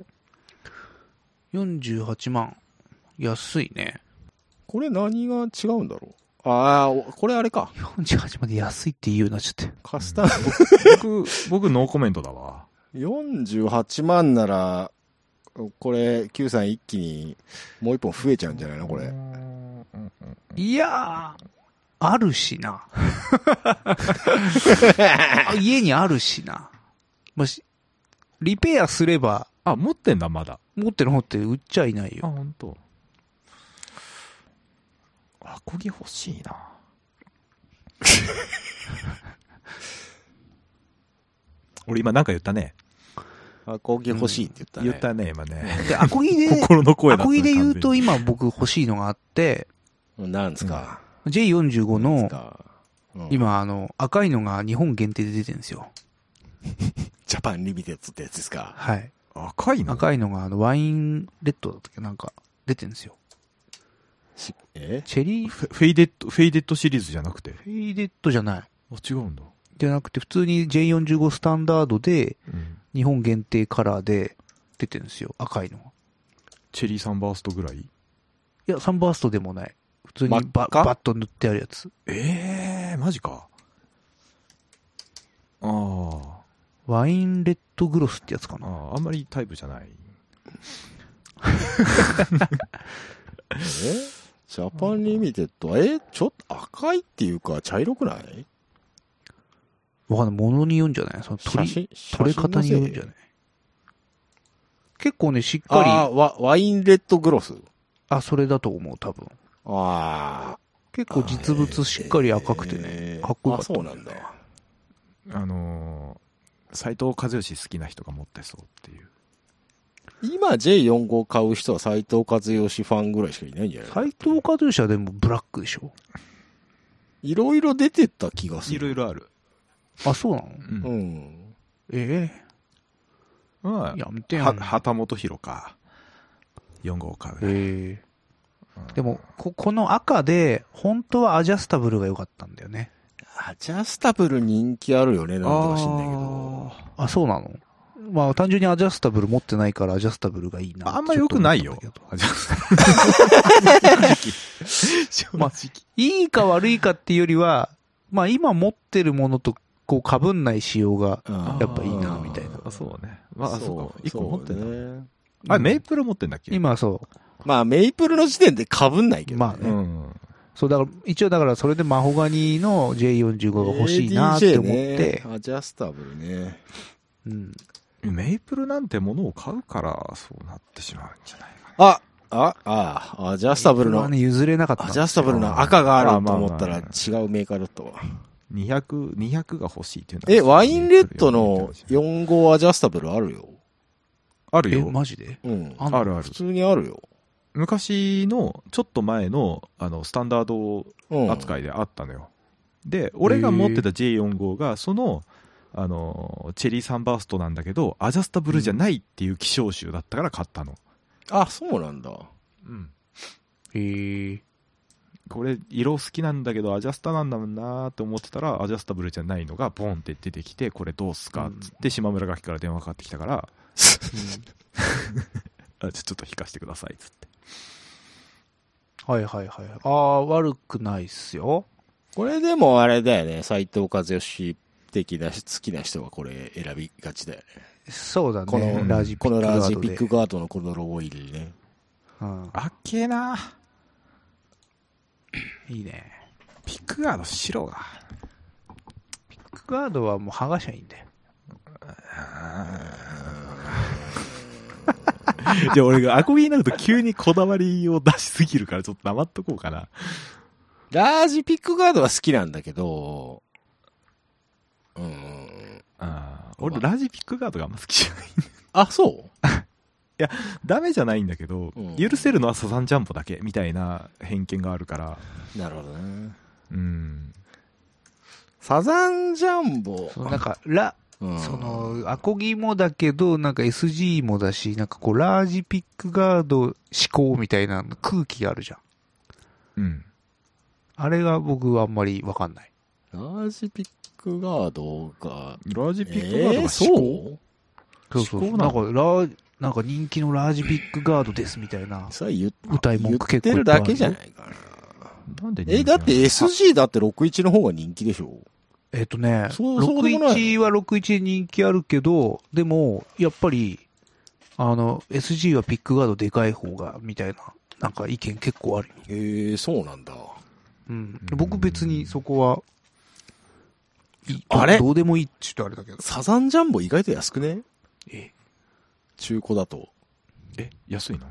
Speaker 2: 48万。安いね。
Speaker 3: これ何が違うんだろうああ、おこれあれか。
Speaker 2: 48万で安いって言うな、ちょっと。
Speaker 3: カスタム。
Speaker 1: 僕、僕、ノーコメントだわ。
Speaker 3: 48万なら、これ、Q さん一気にもう一本増えちゃうんじゃないのこ
Speaker 1: う
Speaker 3: れ。
Speaker 1: んうんうん
Speaker 2: いやー、あるしな。あ家にあるしな。まあし、リペアすれば、
Speaker 1: あ、持ってんだ、まだ。
Speaker 2: 持ってる持ってる売っちゃいない
Speaker 1: あ、
Speaker 2: よ。
Speaker 1: ほんと。アコギ欲しいな。 俺今なんか言ったね。
Speaker 3: あ、攻撃欲しいって言ったね。
Speaker 1: 言ったね、今ね。
Speaker 2: で、アコギ で、
Speaker 1: 心の声
Speaker 2: ア
Speaker 1: だった
Speaker 2: コギで言うと
Speaker 1: 完
Speaker 2: 今僕欲しいのがあって、
Speaker 3: なんですか。
Speaker 2: J45 の、
Speaker 3: うん、
Speaker 2: 今あの、赤いのが日本限定で出てるんですよ。
Speaker 3: ジャパンリミテッドってやつですか。
Speaker 2: はい。
Speaker 1: 全に赤いの
Speaker 2: 赤いのがあの、ワインレッドだったっけなんか、出てるんですよ。
Speaker 3: しえ
Speaker 2: チェリーフ
Speaker 1: フェフェイデッド、フェイデッドシリーズじゃなくて。
Speaker 2: ェイデッドじゃない。
Speaker 1: あ、違うんだ。
Speaker 2: じゃなくて、普通に J45 スタンダードで、
Speaker 1: うん。
Speaker 2: 日本限定カラーで出てるんですよ。赤いのが。
Speaker 1: チェリーサンバーストぐらい
Speaker 2: いや、サンバーストでもない。普通に
Speaker 3: 真
Speaker 2: バ
Speaker 3: っ
Speaker 2: バ
Speaker 3: 赤
Speaker 2: ッと塗ってあるやつ。
Speaker 1: ええー、マジか。あー
Speaker 2: ワインレッドグロスってやつか
Speaker 1: あ
Speaker 2: な。
Speaker 1: ー、あんまりタイプじゃない。
Speaker 3: えジャパンリミテッド、えちょっと赤いっていうか、茶色くない
Speaker 2: わかんない。ものによるんじゃないその取り、
Speaker 3: 写真
Speaker 2: 取れ方によるんじゃない結構ね、しっかり、
Speaker 3: あ
Speaker 2: あ
Speaker 3: ーワ、ワインレッドグロス。
Speaker 2: それだと思う、多分。
Speaker 3: ああ。
Speaker 2: 結構実物しっかり赤くてね、
Speaker 3: えー
Speaker 2: かっこよかった、
Speaker 3: あそうなんだ。
Speaker 1: あのー、斎藤和義好きな人が持ってそうっていう。
Speaker 3: 今 J45 買う人は斎藤和義ファンぐらいしかいないんじゃない
Speaker 2: 斎藤和義はでもブラックでしょ
Speaker 3: いろいろ出てた気がする。
Speaker 1: いろある。
Speaker 2: あ、そうなの
Speaker 1: うん
Speaker 3: う。ん。
Speaker 2: え
Speaker 1: ま
Speaker 2: え
Speaker 1: あ
Speaker 2: やめてよ。
Speaker 1: は、旗本博か。4号買う。
Speaker 2: え
Speaker 1: うん
Speaker 2: えでも、こ、この赤で、本当はアジャスタブルが良かったんだよね。
Speaker 3: アジャスタブル人気あるよね、なんとか知んないけど。
Speaker 1: あ
Speaker 2: あ、そうなのまあ、単純にアジャスタブル持ってないから、アジャスタブルがいいな。
Speaker 1: ーあんま良くないよ
Speaker 2: ちょっと思っ。
Speaker 1: あじゃあ
Speaker 2: まあたんだけどい
Speaker 1: 正直。正直
Speaker 2: いか悪いかっていうよりは、まあ、今持ってるものと、こう、被んない仕様が、
Speaker 3: うん
Speaker 2: やっぱいいなみたいな
Speaker 1: あ、そうね。まあ、そうか。1個持って
Speaker 3: そう
Speaker 1: る。
Speaker 3: ね。
Speaker 1: あれ、メイプル持ってんだっけ
Speaker 2: 今そ
Speaker 3: まあ、メイプルの時点で被んないけ
Speaker 2: う。
Speaker 3: ど。
Speaker 2: まあ
Speaker 1: う
Speaker 2: ね。
Speaker 1: ん。
Speaker 2: そう、だから、一応だから、それでマホガニの J45 が欲しいなって思って、
Speaker 3: ADJ ねアジャスタブルね。
Speaker 2: うん。
Speaker 1: メイプルなんてものを買うから、そうなってしまうんじゃないか
Speaker 3: あ、あ、あ、アジャスタブル
Speaker 2: これ
Speaker 3: の
Speaker 2: は、ね、譲れなかったんで
Speaker 3: アジ
Speaker 2: すよ。
Speaker 3: ャスタブルの赤があると
Speaker 1: まあまあまあ
Speaker 3: 思ったら違うメーカーだったわ。
Speaker 1: な。200、200が欲しいっていうのは
Speaker 3: え、ワインレッドの4号アジャスタブルあるよ。
Speaker 1: ある
Speaker 2: え、
Speaker 1: よ。
Speaker 2: マジで
Speaker 3: うん。
Speaker 2: あんの
Speaker 1: あるある
Speaker 3: 普。通にあるよ。
Speaker 1: 昔の、ちょっと前の、あの、スタンダード
Speaker 3: うん。
Speaker 1: 扱いであったのよ、で俺が持ってた J45 がそのあのチェリーサンバーストなんだけどアジャスタブルじゃないっていう希少種だったから買ったの、
Speaker 3: あ、そうなんだ。
Speaker 1: うん
Speaker 2: へえ。
Speaker 1: これ色好きなんだけどアジャスタなんだもんなーって思ってたらアジャスタブルじゃないのがボンって出てきてこれどうすかっつって島村楽器から電話かかってきたから、 あちょちょっと引かしてくださいっつって
Speaker 2: はいはいはい。ああ、悪くないっすよ。
Speaker 3: これでもあれだよね。斎藤和義的な、好きな人がこれ選びがちだよね。
Speaker 2: そうだね。
Speaker 3: この
Speaker 2: ラージピ
Speaker 3: こ
Speaker 2: ッ
Speaker 3: の
Speaker 2: ク
Speaker 3: ラ
Speaker 2: ガー
Speaker 3: ージ
Speaker 2: ド
Speaker 3: ピ
Speaker 2: で
Speaker 3: ックガードのこのロゴ入りね。
Speaker 2: うん
Speaker 1: あっけえない
Speaker 2: いね。
Speaker 1: ピックガード白が
Speaker 2: ピックガードはもう剥がしゃいいんだよ。
Speaker 1: で俺がアコギになると急にこだわりを出しすぎるからちょっと黙っとこうかな
Speaker 3: ラージピックガードは好きなんだけど、うーん。
Speaker 1: あー俺、ラジピックガードがあんま好きじゃない。
Speaker 3: あ、そう
Speaker 1: ダメじゃないんだけど、
Speaker 3: うん
Speaker 1: 許せるのはサザンジャンボだけ、みたいな偏見があるから。
Speaker 3: なるほどね。
Speaker 1: うん。
Speaker 3: サザンジャンボ。
Speaker 2: そのなんか、ラ、
Speaker 3: うん
Speaker 2: そ、の、アコギもだけど、なんか SG もだし、なんかこう、ラージピックガード思考みたいな空気があるじゃん。
Speaker 1: うん。
Speaker 2: あれが僕はあんまりわかんない。
Speaker 3: ラージピックガードが、
Speaker 1: ラジ
Speaker 3: え
Speaker 1: ピックガード
Speaker 3: ー
Speaker 1: が
Speaker 3: そ
Speaker 1: そう
Speaker 3: う
Speaker 2: そうそう
Speaker 1: 思考な
Speaker 2: なん
Speaker 1: の
Speaker 2: か、ラー、なんか人気のラージピックガードですみたいな。
Speaker 3: それ言っ
Speaker 2: 歌い文句
Speaker 3: 言
Speaker 2: 結構
Speaker 3: って
Speaker 2: い
Speaker 3: る
Speaker 2: っぱいあ
Speaker 3: だ
Speaker 2: るよ
Speaker 3: けじゃないかな。
Speaker 1: なんで人気な
Speaker 3: え、
Speaker 1: の
Speaker 3: だって SG だって61の方が人気でしょ
Speaker 2: えっ、とね、
Speaker 3: そうそうでもない
Speaker 2: 61は61で人気あるけど、でも、やっぱり、あの、SG はピックガードでかい方が、みたいな、なんか意見結構あるよ。
Speaker 3: ええそうなんだ。
Speaker 2: うん。僕別にそこは、いい
Speaker 3: あれ
Speaker 2: どうでもいいって言うとあれだけど。
Speaker 3: サザンジャンボ意外と安くね
Speaker 2: え
Speaker 3: 中古だと。
Speaker 1: え、安いの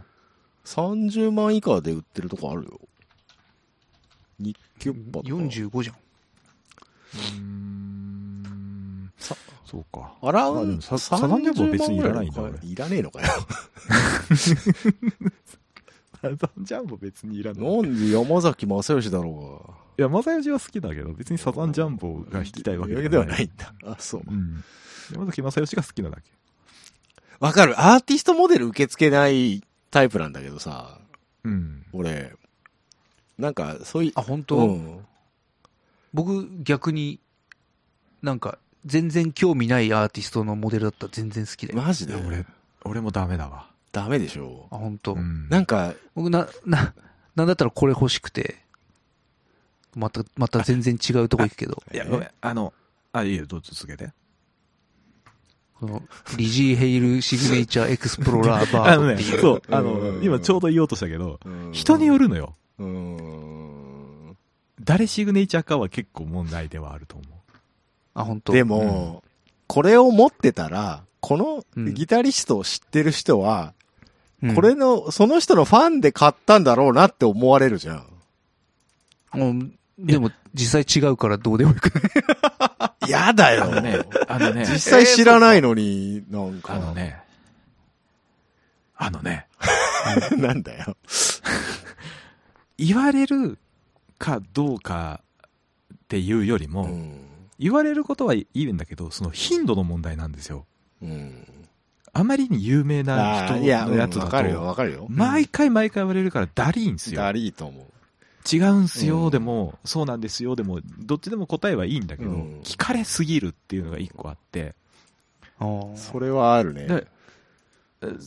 Speaker 3: 30万以下で売ってるとこあるよ。日給パとか。
Speaker 2: 45じゃん。
Speaker 1: うん。
Speaker 3: さ
Speaker 1: そうか。
Speaker 3: アラ
Speaker 1: まあ
Speaker 3: ウ
Speaker 1: で
Speaker 3: ン
Speaker 1: もササザンジャンボは別にいらないんだ
Speaker 3: 30万ぐのか
Speaker 1: 俺
Speaker 3: いらねえのかよ。
Speaker 1: サザンジャンボ別にいらない。い
Speaker 3: なんで山崎正義だろうが。
Speaker 1: や、マサヨシは好きだけど、別にサザンジャンボが弾きたいわけ
Speaker 3: ではない。んだ。あ、そう
Speaker 1: う。ん。山崎正義が好きなだけ。
Speaker 3: わかる。アーティストモデル受け付けないタイプなんだけどさ、
Speaker 1: うん。
Speaker 3: 俺、なんか、そういう、
Speaker 2: あ、本当、
Speaker 3: うん。
Speaker 2: 僕逆に、なんか、全然興味ないアーティストのモデルだったら全然好きだよ。
Speaker 3: マジ
Speaker 1: い
Speaker 3: で
Speaker 1: や、
Speaker 3: 俺
Speaker 1: 俺、、俺もダメだわ。
Speaker 3: ダメでしょ。
Speaker 2: あ、本当、
Speaker 1: うん
Speaker 3: なんか、
Speaker 2: 僕な、な、なんだったらこれ欲しくて、また、また全然違うとこ行くけど、
Speaker 1: いや、ごめん。あの、あ、いいよ、どうぞ続けて。
Speaker 2: この、リジー・ヘイル・シグネイチャー・エクスプローラー・バ
Speaker 1: あ
Speaker 2: ード
Speaker 1: の
Speaker 2: って
Speaker 1: ね、
Speaker 2: いう。
Speaker 1: そう、あ
Speaker 3: うんうんう
Speaker 1: の、
Speaker 3: ん
Speaker 1: 今ちょうど言おうとしたけど、
Speaker 3: うん
Speaker 1: 人によるのよ。
Speaker 3: うん。
Speaker 1: 誰シグネイチャーかは結構問題ではあると思
Speaker 2: あ、本当
Speaker 3: で、も、これを持ってたら、この
Speaker 2: うん
Speaker 3: ギタリストを知ってる人は、
Speaker 2: うん
Speaker 3: これの、その人のファンで買ったんだろうなって思われるじゃん。
Speaker 2: うんでも、実際違うからどうでもよ くない。
Speaker 3: やだ
Speaker 1: う。
Speaker 3: よ。
Speaker 1: あのね
Speaker 3: 実際知らないのに、なんか。
Speaker 1: あのね、あのね、
Speaker 3: なんだよ。
Speaker 1: 言われるかどうかっていうよりも、
Speaker 3: うん。
Speaker 1: 言われることはいいんだけど、その頻度の問題なんですよ。
Speaker 3: うん。
Speaker 1: あまりに有名な
Speaker 3: あ
Speaker 1: 人
Speaker 3: ーいや、
Speaker 1: の
Speaker 3: うん
Speaker 1: や
Speaker 3: わ
Speaker 1: つだ
Speaker 3: かるよ、
Speaker 1: と、
Speaker 3: わかるよ。
Speaker 1: 毎回毎回言われるからだりーんすよ
Speaker 3: だ。りーと思う。
Speaker 1: 違うんすよ、
Speaker 3: うん
Speaker 1: でも、そうなんですよ、でも、どっちでも答えはいいんだけど、
Speaker 3: うん
Speaker 1: 聞かれすぎるっていうのが一個あって、
Speaker 3: それはあるね。
Speaker 1: だえ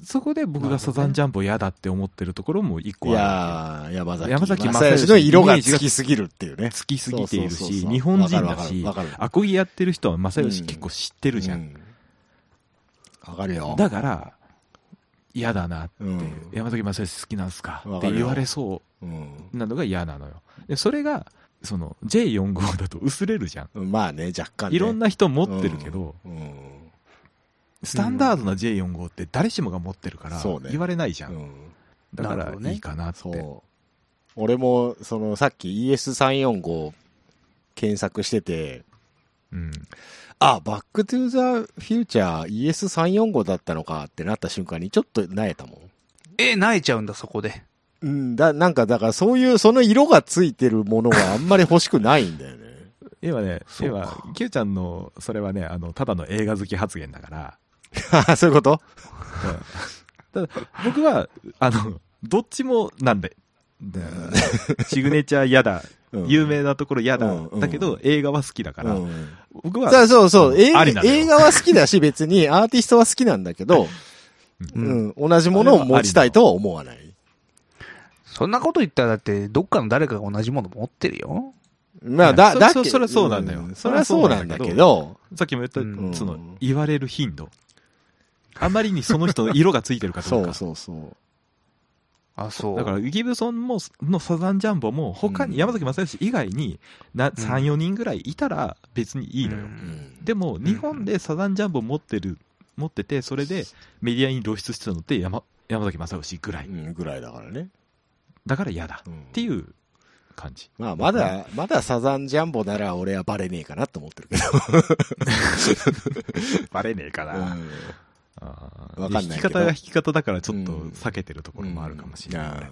Speaker 1: そこで僕がサザンジャンボ嫌だって思ってるところも一
Speaker 3: い
Speaker 1: 個あ
Speaker 3: やー、山崎。
Speaker 1: 山崎
Speaker 3: 正義
Speaker 1: 正
Speaker 3: の
Speaker 1: 義
Speaker 3: 色が
Speaker 1: イメージが
Speaker 3: つきすぎるっていうね
Speaker 1: る。。つきすぎている
Speaker 3: そうそうそう
Speaker 1: し、
Speaker 3: そう
Speaker 1: 日本人だし
Speaker 3: わ、かるわかるわかる。
Speaker 1: アコギやってる人は正義
Speaker 3: うん
Speaker 1: 結構知ってるじゃ。
Speaker 3: うんん。わかるよ。。
Speaker 1: だから、嫌だなっていううん山崎正義好きなんすかっ
Speaker 3: わか
Speaker 1: て
Speaker 3: るよ
Speaker 1: 言われそ
Speaker 3: うん
Speaker 1: うなのが嫌なのよ。で、それが、その J45 だと薄れるじゃん。
Speaker 3: まあね、若干ね。
Speaker 1: いろん
Speaker 3: な。
Speaker 1: な人持ってるけど、
Speaker 3: うん。
Speaker 1: スタンダードな J45 って誰しもが持ってるから
Speaker 3: そう、ね
Speaker 1: 言われないじゃん。
Speaker 3: うん
Speaker 1: だか
Speaker 2: なる
Speaker 1: ら
Speaker 2: ほどね
Speaker 1: いいかなって。
Speaker 3: そう。俺も、その、さっき ES345 検索してて、
Speaker 1: うん。
Speaker 3: あ、バックトゥーザフューチャー ES345 だったのかってなった瞬間にちょっと萎えたもん。
Speaker 2: え、泣いちゃうんだ、そこで。
Speaker 3: うん、だ、なんかだからそういう、その色がついてるものがあんまり欲しくないんだよ ね。
Speaker 1: 今ね、
Speaker 2: そう
Speaker 1: 今
Speaker 2: か、
Speaker 1: キューちゃんの、それはね、あの、ただの映画好き発言だから、
Speaker 3: あそういうこと
Speaker 1: ただ、僕は、あの、どっちもなんで、でシグネチャー嫌だ、
Speaker 3: うん
Speaker 1: 有名なところ嫌だ、
Speaker 3: うんうん
Speaker 1: だけど、映画は好きだから、
Speaker 3: うん
Speaker 1: 僕
Speaker 3: だから
Speaker 1: は、
Speaker 3: そうそう、映
Speaker 1: ありなのよ
Speaker 3: 映画は好きだし別に アーティストは好きなんだけど、
Speaker 1: う
Speaker 3: うん、同じものを持ちたいとは思わない。
Speaker 2: そんなこと言ったらだって、どっかの誰かが同じもの持ってるよ。
Speaker 3: まあ、
Speaker 1: いや
Speaker 3: だ、
Speaker 1: そ
Speaker 3: だけ
Speaker 1: そそれはそうなんだよ
Speaker 3: それはそうなんだけど、
Speaker 1: さっきも言った、
Speaker 2: うん
Speaker 1: そうの
Speaker 3: ん、
Speaker 1: 言われる頻度。あまりにその人の色がついてるか ど
Speaker 3: そうう
Speaker 1: か。
Speaker 3: そうそう。
Speaker 2: あ、そう。
Speaker 1: だから、ギブソンも、のサザンジャンボも、他
Speaker 3: う
Speaker 1: に、
Speaker 3: ん
Speaker 1: 山崎正義以外に、な、3、4人ぐらいいたら、別にいいの
Speaker 2: う
Speaker 1: よ。
Speaker 2: ん
Speaker 3: うん
Speaker 1: でも、日本でサザンジャンボ持ってる、持ってて、それでメディアに露出してたのって山山崎正義ぐらい。
Speaker 3: うん、ぐらいだからね。
Speaker 1: だから嫌だ。
Speaker 3: うん
Speaker 1: っていう感じ。
Speaker 3: まあ、まだ、まだサザンジャンボなら俺はバレねえかなと思ってるけど。
Speaker 1: バレねえか
Speaker 3: うんわかんない
Speaker 1: 弾き
Speaker 3: けど
Speaker 1: 方が弾き方だから、ちょっと
Speaker 3: うん
Speaker 1: 避けてるところもあるかもしれないね。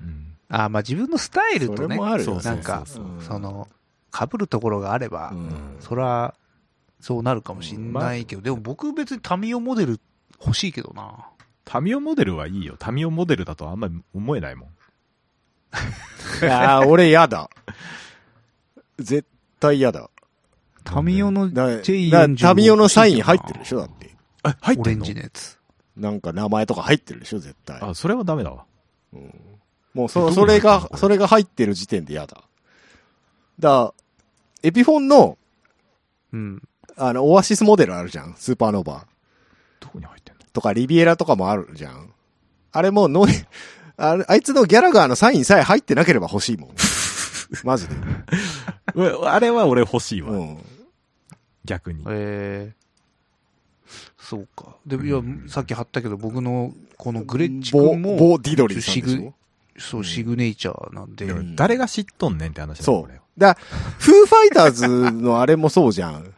Speaker 1: うん
Speaker 2: あ、まあ自分のスタイルと
Speaker 3: それ
Speaker 2: ね、
Speaker 3: もあるよ
Speaker 1: ね
Speaker 2: なんか、
Speaker 3: そうそうそう
Speaker 2: その、被るところがあれば、
Speaker 3: うん
Speaker 2: そら、そうなるかもしんないけど、でも僕別にタミオモデル欲しいけどな。
Speaker 1: タミオモデルはいいよ。タミオモデルだとあんまり思えないもん。
Speaker 3: いやー俺やだ。絶対やだ。
Speaker 2: タミオの
Speaker 3: だ
Speaker 2: J45
Speaker 3: だタミオのサイン入ってるでしょだって。
Speaker 1: あ、入
Speaker 2: オレンジのやつ。
Speaker 3: なんか名前とか入ってるでしょ絶対。
Speaker 1: あ、それはダメだわ。
Speaker 3: もうその、
Speaker 1: ど
Speaker 3: そう
Speaker 1: な
Speaker 3: れ
Speaker 1: んだろう
Speaker 3: が
Speaker 1: こ、れ
Speaker 3: それが入ってる時点でやだ。だエピフォンの、
Speaker 2: うん。
Speaker 3: あの、オアシスモデルあるじゃん。スーパーノーバ
Speaker 1: どこに入ってんの
Speaker 3: ーとかリビエラとかもあるじゃん。あれもうノイ、あれあいつのギャラガーのサインさえ入ってなければ欲しいもん。マジで。
Speaker 1: うわあれは俺欲しいわ、
Speaker 3: うん。
Speaker 1: 逆に。
Speaker 2: えー、そうか。で、いや、さっき貼ったけど、僕のこのグレッチ
Speaker 3: ボ
Speaker 2: 君も、
Speaker 3: ボ・ディドリーさんで
Speaker 2: シ
Speaker 3: し
Speaker 2: グ
Speaker 3: ょ
Speaker 2: そう、シグネイチャーなんで、
Speaker 1: でも
Speaker 3: ん
Speaker 1: 誰が知っとんねんって話だよ
Speaker 3: そ
Speaker 1: これは
Speaker 3: う。だフーファイターズのあれもそうじゃん。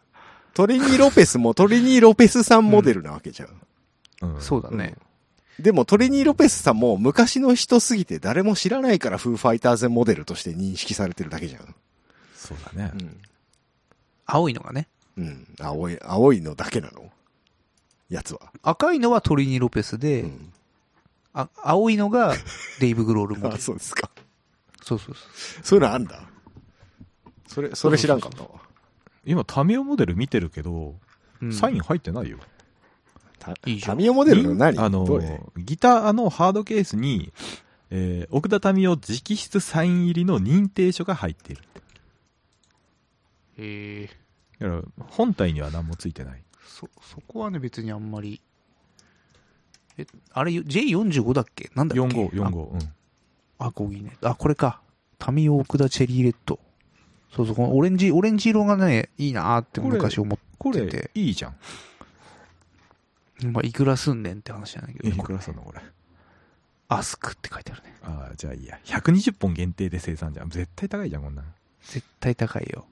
Speaker 3: トリニー・ロペスもトリニー・ロペスさんモデルなわけじゃん。
Speaker 1: うん
Speaker 2: そうだね。
Speaker 3: でもトリニー・ロペスさんも昔の人すぎて誰も知らないからフーファイターズモデルとして認識されてるだけじゃん。
Speaker 1: そうだね。
Speaker 2: 青いのがね。
Speaker 3: うん。青い、青いのだけなのやつは。
Speaker 2: 赤いのはトリニー・ロペスで、
Speaker 3: うん。
Speaker 2: あ青いのがデイブ・グロールモデ
Speaker 3: あ、
Speaker 2: ル。
Speaker 3: そうですか。
Speaker 2: そうそうそう。
Speaker 3: そういうのあんだ。それ、それ知らんかったわ。
Speaker 1: 今、タミオモデル見てるけど、
Speaker 2: うん
Speaker 1: サイン入ってないよ。
Speaker 3: た
Speaker 2: いいじゃん
Speaker 3: タミオモデルの何
Speaker 1: あ
Speaker 3: ど
Speaker 1: の
Speaker 3: れ、
Speaker 1: ギターのハードケースに、えー奥田民生直筆サイン入りの認定書が入っている。
Speaker 2: へえ
Speaker 1: だから本体には何もついてない。
Speaker 2: そ、そこはね、別にあんまり。え、あれ、J45 だっけなんだっけ
Speaker 1: 45、45。うん。
Speaker 2: あ、アコギね。あ、これか。タミオ・オクダ・チェリー・レッド。そうそう、このオレンジ、オレンジ色がね、いいなーって昔思っ
Speaker 1: こ
Speaker 2: 出
Speaker 1: れ
Speaker 2: て、
Speaker 1: いいじゃん。
Speaker 2: て、まあ、いくらすんねんって話じゃないけ
Speaker 1: い
Speaker 2: ど、
Speaker 1: くらすんのこれ。
Speaker 2: アスクって書いてあるね。
Speaker 1: ああ、じゃあいいや。120本限定で生産じゃん。絶対高いじゃん、こんなの。
Speaker 2: 絶対高いよ。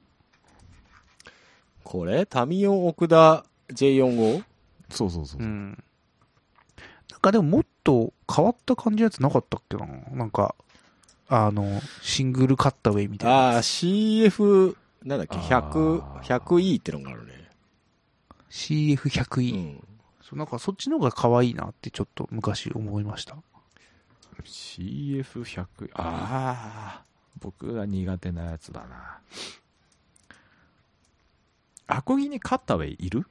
Speaker 3: これタミオ・オクダ J45?
Speaker 1: そうそうそう。
Speaker 2: うん。なんかでももっと変わった感じのやつなかったっけななんか、あの、シングルカッタウェイみたいな
Speaker 3: ああ、
Speaker 2: やつ。
Speaker 3: CF、なんだっけ、100、
Speaker 1: あー
Speaker 3: 100E ってのがあるね。う
Speaker 2: CF100E、
Speaker 3: ん。
Speaker 2: そう。なんかそっちの方が可愛いなってちょっと昔思いました。
Speaker 1: CF100、ああ、僕が苦手なやつだな。アコギにカッタウェイいる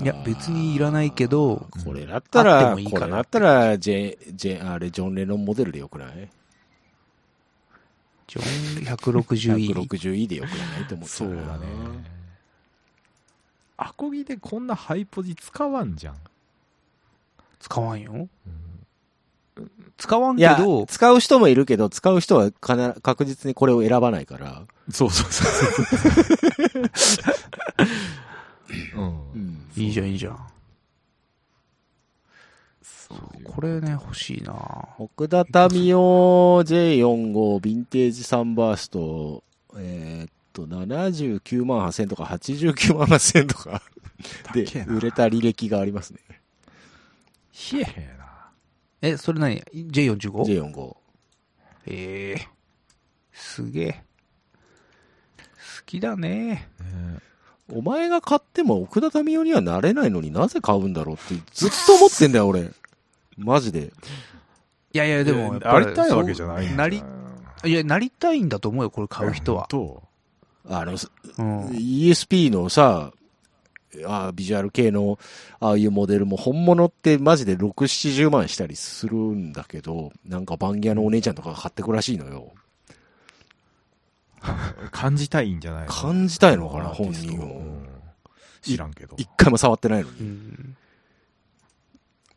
Speaker 2: いや、別にいらないけど、
Speaker 3: あーこれだったら、
Speaker 2: あってもいいか
Speaker 3: こ
Speaker 2: ら
Speaker 3: れだったら、J、J、あれ、ジョン・レノンモデルでよくない
Speaker 2: ジョン160E。
Speaker 3: 160E でよくないと思ってたな。
Speaker 1: アコギでこんなハイポジ使わんじゃん。
Speaker 2: 使わんよ。使わん
Speaker 3: い
Speaker 2: け
Speaker 3: や
Speaker 2: ど、、
Speaker 3: 使う人もいるけど、使う人はかな確実にこれを選ばないから。
Speaker 1: そうそうそう そう。う。
Speaker 3: うんん。
Speaker 2: いいじゃん、いいじゃん。
Speaker 1: そう
Speaker 2: これね、欲しいな
Speaker 3: 奥田民生 J45 ヴィンテージサンバースト、えーっと、79万8000とか89万8000とかで
Speaker 1: 高えな
Speaker 3: 売れた履歴がありますね。
Speaker 1: 冷えへんな。
Speaker 2: え、それ何 ?J45?
Speaker 3: J45。
Speaker 2: ええすげえ。好きだね。
Speaker 1: ね
Speaker 3: お前が買っても奥田民生にはなれないのになぜ買うんだろうってずっと思ってんだよ、俺。マジで。
Speaker 2: いやいや、で
Speaker 1: え
Speaker 2: も、
Speaker 1: なりたいわけじゃないん
Speaker 2: そう
Speaker 1: だ
Speaker 2: なり、いや、なりたいんだと思うよ、これ買う人は。
Speaker 1: と、
Speaker 3: あの、
Speaker 2: うん。
Speaker 3: ESP のさ、あビジュアル系の、ああいうモデルも本物ってマジで6、70万したりするんだけど、なんかバンギャのお姉ちゃんとかが買ってくらしいのよ。
Speaker 1: 感じたいんじゃないの
Speaker 3: 感じたいのかな、
Speaker 1: アーテ
Speaker 3: 本
Speaker 1: ィスト
Speaker 3: 人
Speaker 1: う
Speaker 3: を。
Speaker 1: ん知らんけど。
Speaker 3: 一回も触ってないのに。
Speaker 2: うん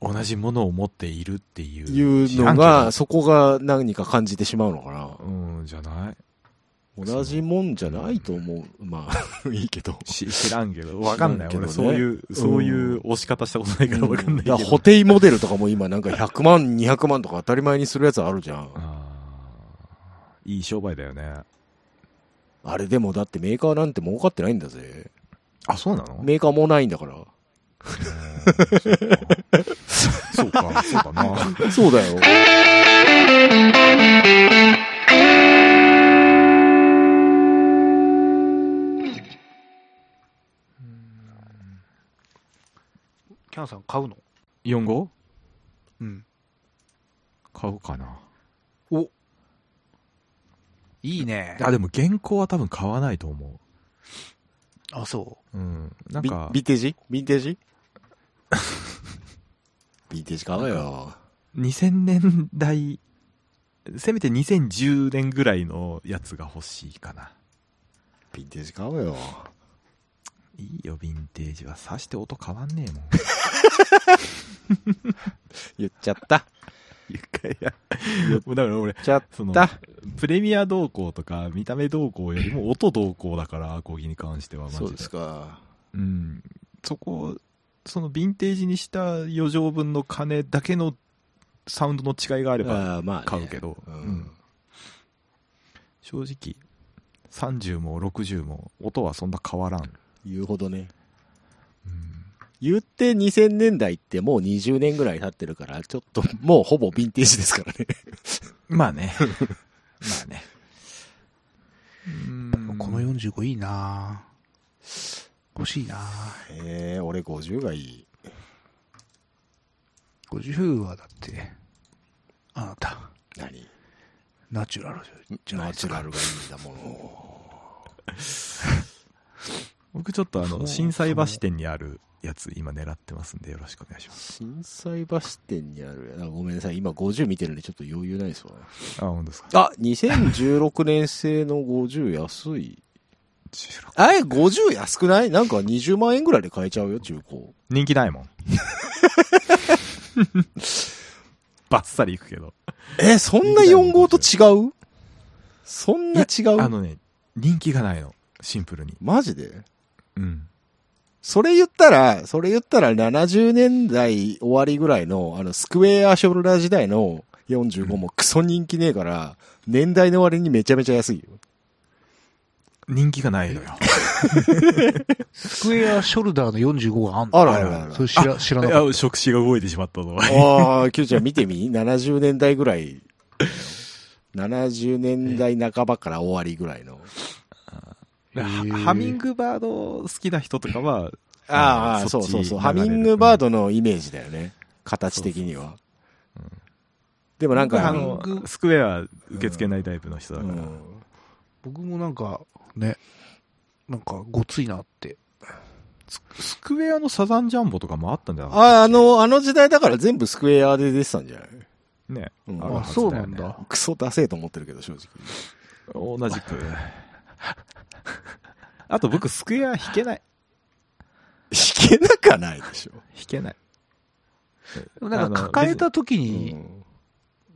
Speaker 1: 同じものを持っているっていう。
Speaker 3: いうのが、そこが何か感じてしまうのかな
Speaker 1: 知ら。んけど、うん、じゃない
Speaker 3: 同じもんじゃないと思う。まあ、 いいけど。
Speaker 1: し知らんけど。わかんない。
Speaker 3: 知らんけどね
Speaker 1: 俺、そういう、そういう押し方したことないからわかんないけ
Speaker 3: だか
Speaker 1: ど。
Speaker 3: ら補填モデルとかも今なんか100万、200万とか当たり前にするやつあるじゃん。
Speaker 1: あーいい商売だよね。
Speaker 3: あれでもだってメーカーなんて儲かってないんだぜ。
Speaker 1: あ、そうなの
Speaker 3: メーカーもないんだから。
Speaker 1: そうか、そうかな。
Speaker 3: そうだよ。
Speaker 2: キャンさん買うの
Speaker 1: 4号
Speaker 2: うん。
Speaker 1: 買うかな。
Speaker 2: おいいね。
Speaker 1: あ、でも原稿は多分買わないと思。
Speaker 2: あ、そう
Speaker 1: うん。なん
Speaker 3: ビ
Speaker 1: か、
Speaker 3: ビンテージビンテー ジビンテージ買おうよ。
Speaker 1: 2000年代、せめて2010年ぐらいのやつが欲しいかな。
Speaker 3: ビンテージ買おうよ。
Speaker 1: いいよ、ヴィンテージは。さして音変わんねえもん。
Speaker 3: 言っちゃった。
Speaker 1: いや、 だから俺、
Speaker 3: 言っちゃっ
Speaker 1: その、
Speaker 3: た。
Speaker 1: プレミア動向とか、見た目動向よりも音動向だから、アコギに関しては、マジで。
Speaker 3: か。
Speaker 1: うん。そこ、そのヴィンテージにした余剰分の金だけのサウンドの違いがあれば、
Speaker 3: あーまあね
Speaker 1: 買うけど、
Speaker 3: うん
Speaker 1: うん正直、30も60も音はそんな変わらん。
Speaker 3: 言うほどね。
Speaker 1: うん
Speaker 3: 言って2000年代ってもう20年ぐらい経ってるから、ちょっともうほぼヴィンテージですからね。
Speaker 1: まあ ね。まあね。うん
Speaker 2: この45いいな欲しいな
Speaker 3: えー、俺50がいい。
Speaker 2: 50はだって、あなた、
Speaker 3: 何
Speaker 2: ナチュラルじゃない
Speaker 3: ナ
Speaker 2: で
Speaker 3: チ
Speaker 2: す
Speaker 3: ュ
Speaker 2: か
Speaker 3: ラ。ルがいいんだも
Speaker 1: 僕ちょっとあ
Speaker 2: そ
Speaker 1: の、
Speaker 2: う
Speaker 1: 震災橋店にあるやつ今狙ってますんでよろしくお願いしま
Speaker 3: ん。
Speaker 1: す。
Speaker 3: 震災橋店にある。あごめんなさい。今50見てるんでちょっと余裕ないですわ。
Speaker 1: あ、本当ですか。
Speaker 3: あ、2016年製の50安い。
Speaker 1: 16
Speaker 3: あれ、50安くないなんか20万円ぐらいで買えちゃうよ、中古。
Speaker 1: 人気ない もん。バッサリいくけど。
Speaker 3: え、そんな4号と違うそんな違
Speaker 1: あ
Speaker 3: う
Speaker 1: のね、人気がないの。シンプルに。
Speaker 3: マジで
Speaker 1: うん。
Speaker 3: それ言ったら、それ言ったら70年代終わりぐらいの、あの、スクエアショルダー時代の45もクソ人気ねえから、年代の割にめちゃめちゃ安いよ。
Speaker 1: 人気がないのよ。
Speaker 2: スクエアショルダーの45があんの
Speaker 3: あらあらあら
Speaker 2: それ知ら知らなかった。
Speaker 1: あ、触手が動いてしまったぞ。
Speaker 3: ああ、 キューちゃん見てみ ?70 年代ぐらい。70年代半ばから終わりぐらいの。
Speaker 1: は
Speaker 2: へー
Speaker 1: ハミングバード好きな人とかは、
Speaker 3: あ
Speaker 1: う
Speaker 3: あ、
Speaker 1: ん
Speaker 3: そうそうそう。
Speaker 1: そ
Speaker 3: ハ
Speaker 1: っち流れ
Speaker 3: ミ
Speaker 1: る
Speaker 3: ングバードのイメージだよね。形的には。でもなんか、
Speaker 1: あ
Speaker 2: ハミン
Speaker 1: の
Speaker 2: グ、
Speaker 1: スクエア受け付けないタイプの人だ
Speaker 3: う
Speaker 1: から。
Speaker 3: ん
Speaker 2: 僕もなんか、ね、なんかごついなって。
Speaker 1: ススクエアのサザンジャンボとかもあったんじゃなかっ
Speaker 3: ああの、あの時代だから全部スクエアで出てたんじゃない
Speaker 1: たね。
Speaker 3: うん
Speaker 1: あるは
Speaker 2: あ、
Speaker 1: ず
Speaker 2: そう
Speaker 1: だ
Speaker 2: な
Speaker 1: よ
Speaker 2: ん
Speaker 1: ね
Speaker 2: だ。
Speaker 3: クソダセえと思ってるけど、正直。
Speaker 1: 同じく。 あと僕、スクエア弾けない。
Speaker 3: 弾けなかないでしょ。
Speaker 1: 弾けない。
Speaker 2: なんか抱えた時
Speaker 3: う
Speaker 2: に、
Speaker 3: ん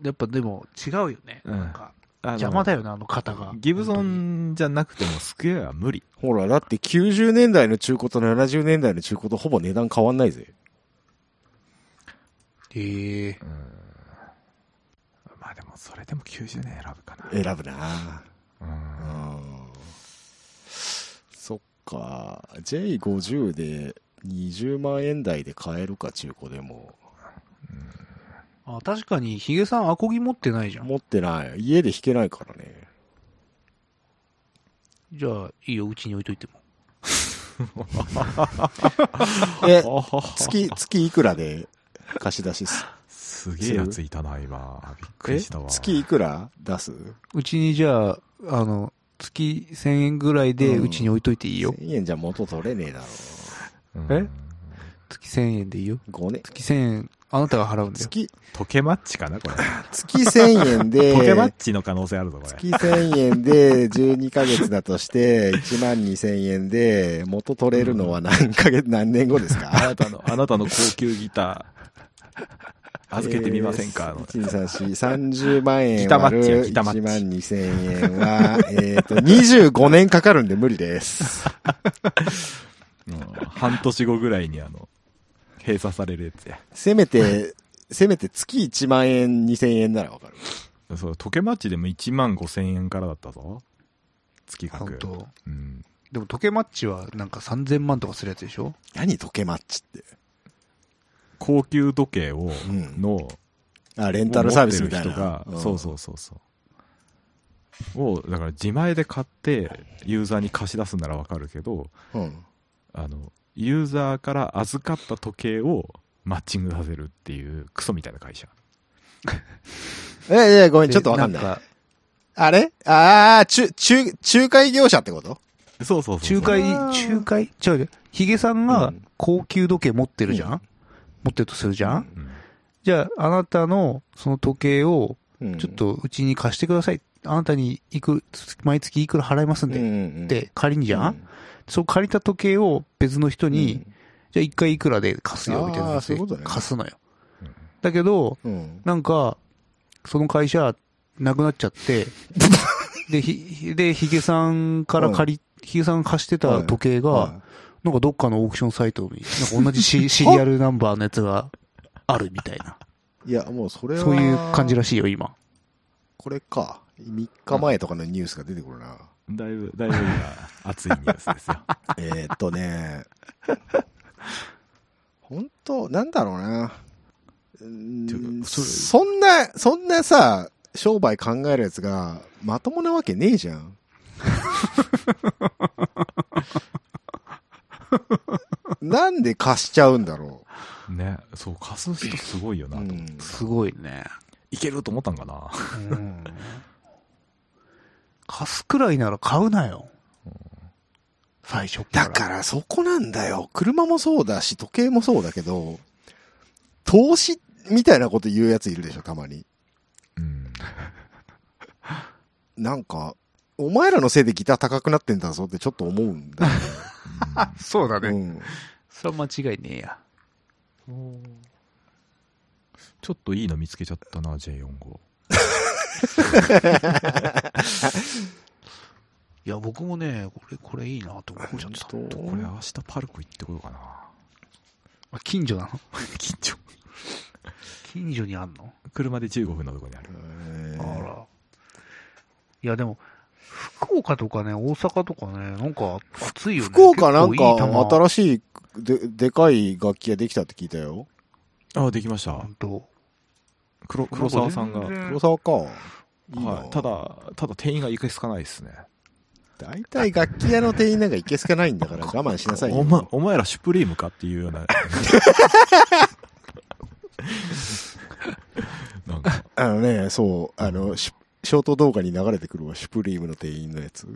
Speaker 2: やっぱでも違うよね。
Speaker 1: うん
Speaker 2: なんか
Speaker 1: あの
Speaker 2: 邪魔だよな、あの肩が。
Speaker 1: ギブソンじゃなくてもスクエアは無理。
Speaker 3: ほら、だって90年代の中古と70年代の中古とほぼ値段変わんないぜ。
Speaker 2: ええ
Speaker 1: まあでも、それでも90年選ぶかな。
Speaker 3: 選ぶな
Speaker 1: うん
Speaker 3: うんそっか。J50 で20万円台で買えるか、中古でも。
Speaker 2: あ、確かに、ヒゲさんアコギ持ってないじゃん。
Speaker 3: 持ってない。家で弾けないからね。
Speaker 2: じゃあ、いいよ、うちに置いといても。
Speaker 3: え、
Speaker 1: あはは
Speaker 3: 月、月いくらで貸し出しす
Speaker 1: すげえやついたな、今。びっくりしたわ。
Speaker 3: 月いくら出す
Speaker 2: うちにじゃあ、あの、月1000円ぐらいで
Speaker 3: うん
Speaker 2: うちに置いといていいよ。
Speaker 3: ?1000 円じゃ元取れねえだろ。
Speaker 1: うん
Speaker 2: え月1000円でいいよ。
Speaker 3: 5年。
Speaker 2: 月1000円、あなたが払うんだよ。
Speaker 3: 月、
Speaker 1: ポケマッチかな、これ。
Speaker 3: 月1000円で、
Speaker 1: ポケマッチの可能性あるぞ、これ。
Speaker 3: 月1000円で12ヶ月だとして、1万2000円で元取れるのは何ヶ月、何年後です
Speaker 1: あ
Speaker 3: か
Speaker 1: なたの、あなたの高級ギター、 預けてみませんか、
Speaker 3: え
Speaker 1: の
Speaker 3: ー ?1、2、3、4、30万円
Speaker 1: ギタマ
Speaker 3: 割
Speaker 1: ッチ
Speaker 3: る
Speaker 1: よギタマッチ
Speaker 3: 1万2000円は、えっと、25年かかるんで無理です。
Speaker 1: うん半年後ぐらいに、あの、閉鎖されるやつや。
Speaker 3: せめて、せめて月1万円、2000円ならわかる。
Speaker 1: そう、時計マッチでも1万5千円からだったぞ。月額。
Speaker 2: 本当
Speaker 1: うん。
Speaker 2: でも、時計マッチはなんか3000万とかするやつでしょ
Speaker 3: 何時計マッチって。
Speaker 1: 高級時計を、
Speaker 3: ん
Speaker 1: の、
Speaker 3: あ、レンタルサービスみたい
Speaker 1: 持ってる
Speaker 3: な
Speaker 1: 人。が、そうそうそうそう。を、だから自前で買って、ユーザーに貸し出すならわかるけど、
Speaker 3: うん。うん。
Speaker 1: あの、ユーザーから預かった時計をマッチングさせるっていうクソみたいな会社。
Speaker 3: え、え、ごめん、ちょっとわかんない。
Speaker 2: でんか
Speaker 3: あれああ、中、中、仲介業者ってこと
Speaker 1: そうそうそう。
Speaker 2: 仲介、仲介、違う違う。ヒゲさん
Speaker 3: う
Speaker 2: が
Speaker 3: ん
Speaker 2: 高級時計持ってるじゃん、
Speaker 3: うん
Speaker 2: 持ってるとするじゃん、
Speaker 1: うん
Speaker 2: じゃあ、あなたのその時計を
Speaker 3: うん
Speaker 2: ちょっ、とうちに貸してください。あなたにいく、毎月いくら払いますん
Speaker 3: うんう
Speaker 2: で。
Speaker 3: んうん、
Speaker 2: って借りんじゃん、
Speaker 3: うん
Speaker 2: そう借りた時計を別の人に、じじゃあ一回いくらで貸すよみたいなやつ
Speaker 3: あーそういうこと
Speaker 2: で
Speaker 3: ね
Speaker 2: 貸すのよ
Speaker 1: うん。
Speaker 2: だけど、
Speaker 3: うん。
Speaker 2: なんか、その会社、なくなっちゃ って、で、ひ、で、ヒゲさんから借り、ヒゲさんが貸してた時計が、なんかどっかのオークションサイトに、なんか同じ シシリアルナンバーのやつがあるみたい な。
Speaker 3: いや、もうそれは。
Speaker 2: そういう感じらしいよ、今。
Speaker 3: これか。3日前とかのニュースが出てくるな。
Speaker 1: だいぶ、だいぶ今、熱いニュースですよ。
Speaker 3: えーっとね、本当なんだろうな。う
Speaker 1: てい
Speaker 3: ー
Speaker 1: うんかそれ
Speaker 3: そんな、そんなさ、商売考えるやつが、まともなわけねえじゃ ん。なんで貸しちゃうんだろ
Speaker 1: ね、そう、貸す人すごいよ
Speaker 3: う。
Speaker 1: なと思って、
Speaker 2: すごいね。
Speaker 1: いけると思ったんかな。
Speaker 2: うん。貸すくらいなら買うなよ。最初から。
Speaker 3: だからそこなんだよ。車もそうだし、時計もそうだけど、投資みたいなこと言うやついるでしょ、たまに。
Speaker 1: うん。
Speaker 3: なんか、お前らのせいでギター高くなってんだぞってちょっと思うんだよね、
Speaker 2: そうだ
Speaker 3: うん。
Speaker 2: それは間違いねえや。
Speaker 1: ちょっといいの見つけちゃったな、J4 号。
Speaker 2: いや、僕もね、これ、これいいなと思っちゃった。
Speaker 3: 本当
Speaker 1: これ明日パルコ行ってこようかな。
Speaker 2: あ 近所なの
Speaker 1: 緊張。
Speaker 2: 近所にあんの
Speaker 1: 車で15分のとこにある。
Speaker 3: え
Speaker 2: あ
Speaker 3: ー
Speaker 2: ら。いや、でも、福岡とかね、大阪とかね、なんか暑いよね。
Speaker 3: 福岡なん
Speaker 2: 結構いい玉
Speaker 3: か新しいででかい楽器ができたって聞いたよ。
Speaker 1: あ、できました
Speaker 2: ほ。んと
Speaker 1: 黒黒沢さんが。
Speaker 2: 全然
Speaker 3: 黒沢か。いいな
Speaker 1: はい、た、だ、ただ店員がいけすかないですね。
Speaker 3: 大体楽器屋の店員なんかいけすかないんだから我慢しな さいよ。
Speaker 1: お前、お前らシュプリームかっていうような。 なんか、
Speaker 3: あのね、そう、あの、シュショート動画に流れてくるわ、シュプリームの店員のやつ。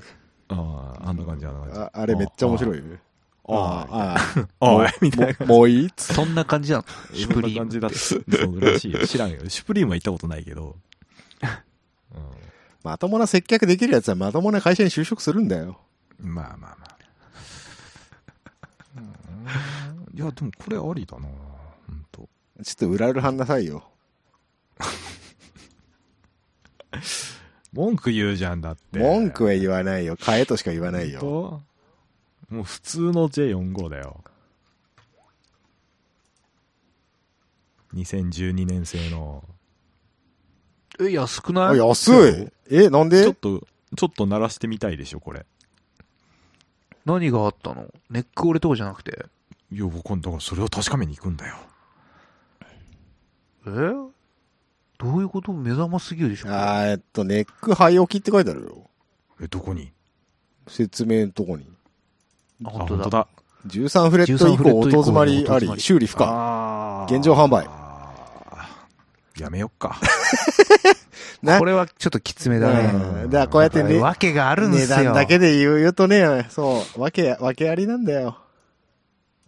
Speaker 1: ああ、あんな感じ、あんな感じ。
Speaker 3: ああれめっちゃ面白い
Speaker 1: い。
Speaker 3: よね。
Speaker 1: ああ、
Speaker 3: ああ、
Speaker 1: おい、みたい
Speaker 3: ももういいっつ
Speaker 2: そんな感じなの
Speaker 1: な。
Speaker 2: シュプリー
Speaker 1: そんな感
Speaker 2: ム。
Speaker 1: じだそうらしいよ。知らんよ。シュプリームは行ったことないけ ど。
Speaker 3: まともな接客できるやつはまともな会社に就職するんだよ。
Speaker 1: うん、まあまあまあ。うんいや、でもこれありだな本当。
Speaker 3: ちょっと裏裏はんなさいよ。
Speaker 1: 文句言うじゃんだって。
Speaker 3: 文句は
Speaker 1: は
Speaker 3: 言わないよ。買えとしか言わないよ。
Speaker 1: よ。もう普通の J45 だよ。2012年製の、
Speaker 2: え、安く
Speaker 3: あ、
Speaker 2: ない
Speaker 3: 安いえ、なん
Speaker 1: ちょ
Speaker 3: で
Speaker 1: っと、ちょっと鳴らしてみたいでしょ、これ。
Speaker 2: 何があったのネック折れとかじゃなくて。
Speaker 1: いや、僕は、だからそれを確かめに行くんだよ。
Speaker 2: えどういうこと目覚ますぎるでしょ
Speaker 3: あーえっと、ネックハイ置きって書いてあるよ。
Speaker 1: え、どこに
Speaker 3: 説明のとこに。
Speaker 2: あ
Speaker 1: あ、
Speaker 2: 本当だ。
Speaker 1: だ。
Speaker 3: 13フレット以
Speaker 2: 13フレット
Speaker 3: 降、音
Speaker 2: 以降
Speaker 3: 詰まり
Speaker 2: 音
Speaker 3: あ
Speaker 2: 詰ま
Speaker 3: り、
Speaker 2: り
Speaker 3: 修理不可。
Speaker 1: あー
Speaker 3: 現状販売。
Speaker 1: あーやめよっか。
Speaker 3: な
Speaker 2: これはちょっときつめだね。
Speaker 3: うんだからこうやってね、
Speaker 2: わけがあるんで
Speaker 3: 値
Speaker 2: すよ。
Speaker 3: 段だけで言うとね、そう、わけ、わけありなんだよ。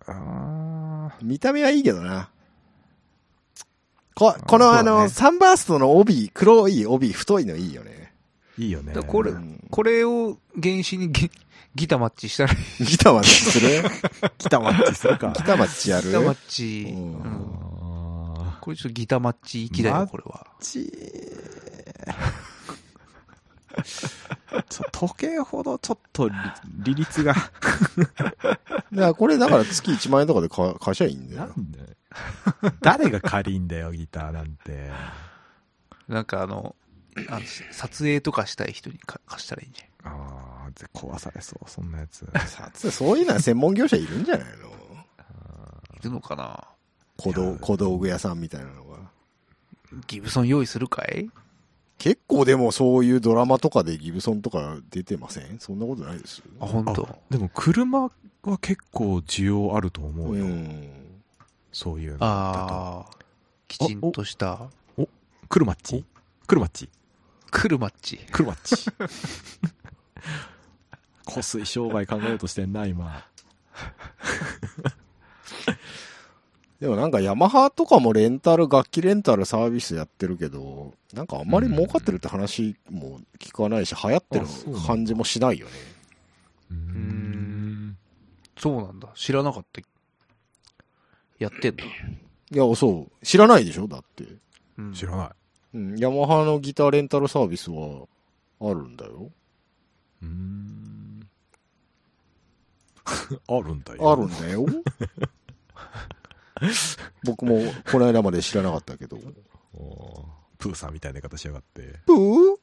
Speaker 1: あ
Speaker 3: 見た目はいいけどな。こ、この
Speaker 1: あ
Speaker 3: あの、
Speaker 1: そうだね
Speaker 3: サンバーストの帯、黒い帯、太いのいいよね。
Speaker 1: ーいいよね。
Speaker 2: だこれ
Speaker 3: うん
Speaker 2: これを原子にギ ギタマッチしたら、ギ
Speaker 3: ギターマッチする
Speaker 1: 来たマッチす るか。
Speaker 3: ギターマッチやる
Speaker 2: タマッチ。
Speaker 3: う
Speaker 2: うんん
Speaker 1: あ
Speaker 2: これちょっとギタマッチ行きだ
Speaker 1: マ
Speaker 2: よ、
Speaker 1: ッ
Speaker 2: これは。
Speaker 1: ーちょ時計ほどちょっと利利率が。
Speaker 3: だからこれだから月1万円とか で買買しゃいいんだ
Speaker 1: な
Speaker 3: よ。
Speaker 1: んで誰が借りんだよ、ギターなんて。
Speaker 2: なんかあの、あの撮影とかしたい人にか貸したらいいんじ
Speaker 1: ああ、ぜ壊されそう、そんなやつ。
Speaker 3: 撮影そういうのは専門業者いるんじゃないの
Speaker 2: ゃん。いるのかな
Speaker 3: 小道小道具屋さんみたいなのが。
Speaker 2: ギブソン用意するかい
Speaker 3: 結構でもそういうドラマとかでギブソンとか出てませんそんなことないです
Speaker 2: あ、本当。
Speaker 1: でも車は結構需要あると思う
Speaker 3: う
Speaker 1: よ。
Speaker 3: ん。
Speaker 1: そういうのだ
Speaker 2: ああ、きちんとした、
Speaker 1: と。クルマッチクルマッ チ
Speaker 2: クルマッチ。
Speaker 1: クルマッチ。 こすい商売考えようとしてんな、今。
Speaker 3: でもなんかヤマハとかもレンタル、楽器レンタルサービスやってるけど、なんかあんまり儲かってるって話も聞かないし、流行って
Speaker 1: あそう
Speaker 3: る
Speaker 1: なんだ
Speaker 3: 感じもしないよね。
Speaker 1: うーん。
Speaker 2: そうなんだ。知らなかった。やってんの。
Speaker 3: いや、そう。知らないでしょだって。
Speaker 2: うん
Speaker 1: 知らない。
Speaker 3: うん。ヤマハのギターレンタルサービスは、あるんだよ。
Speaker 1: うーん。あるんだよ。
Speaker 3: あるんだよ。僕も、この間まで知らなかったけど。
Speaker 1: おープーさんみたいな形しやがって。
Speaker 3: プー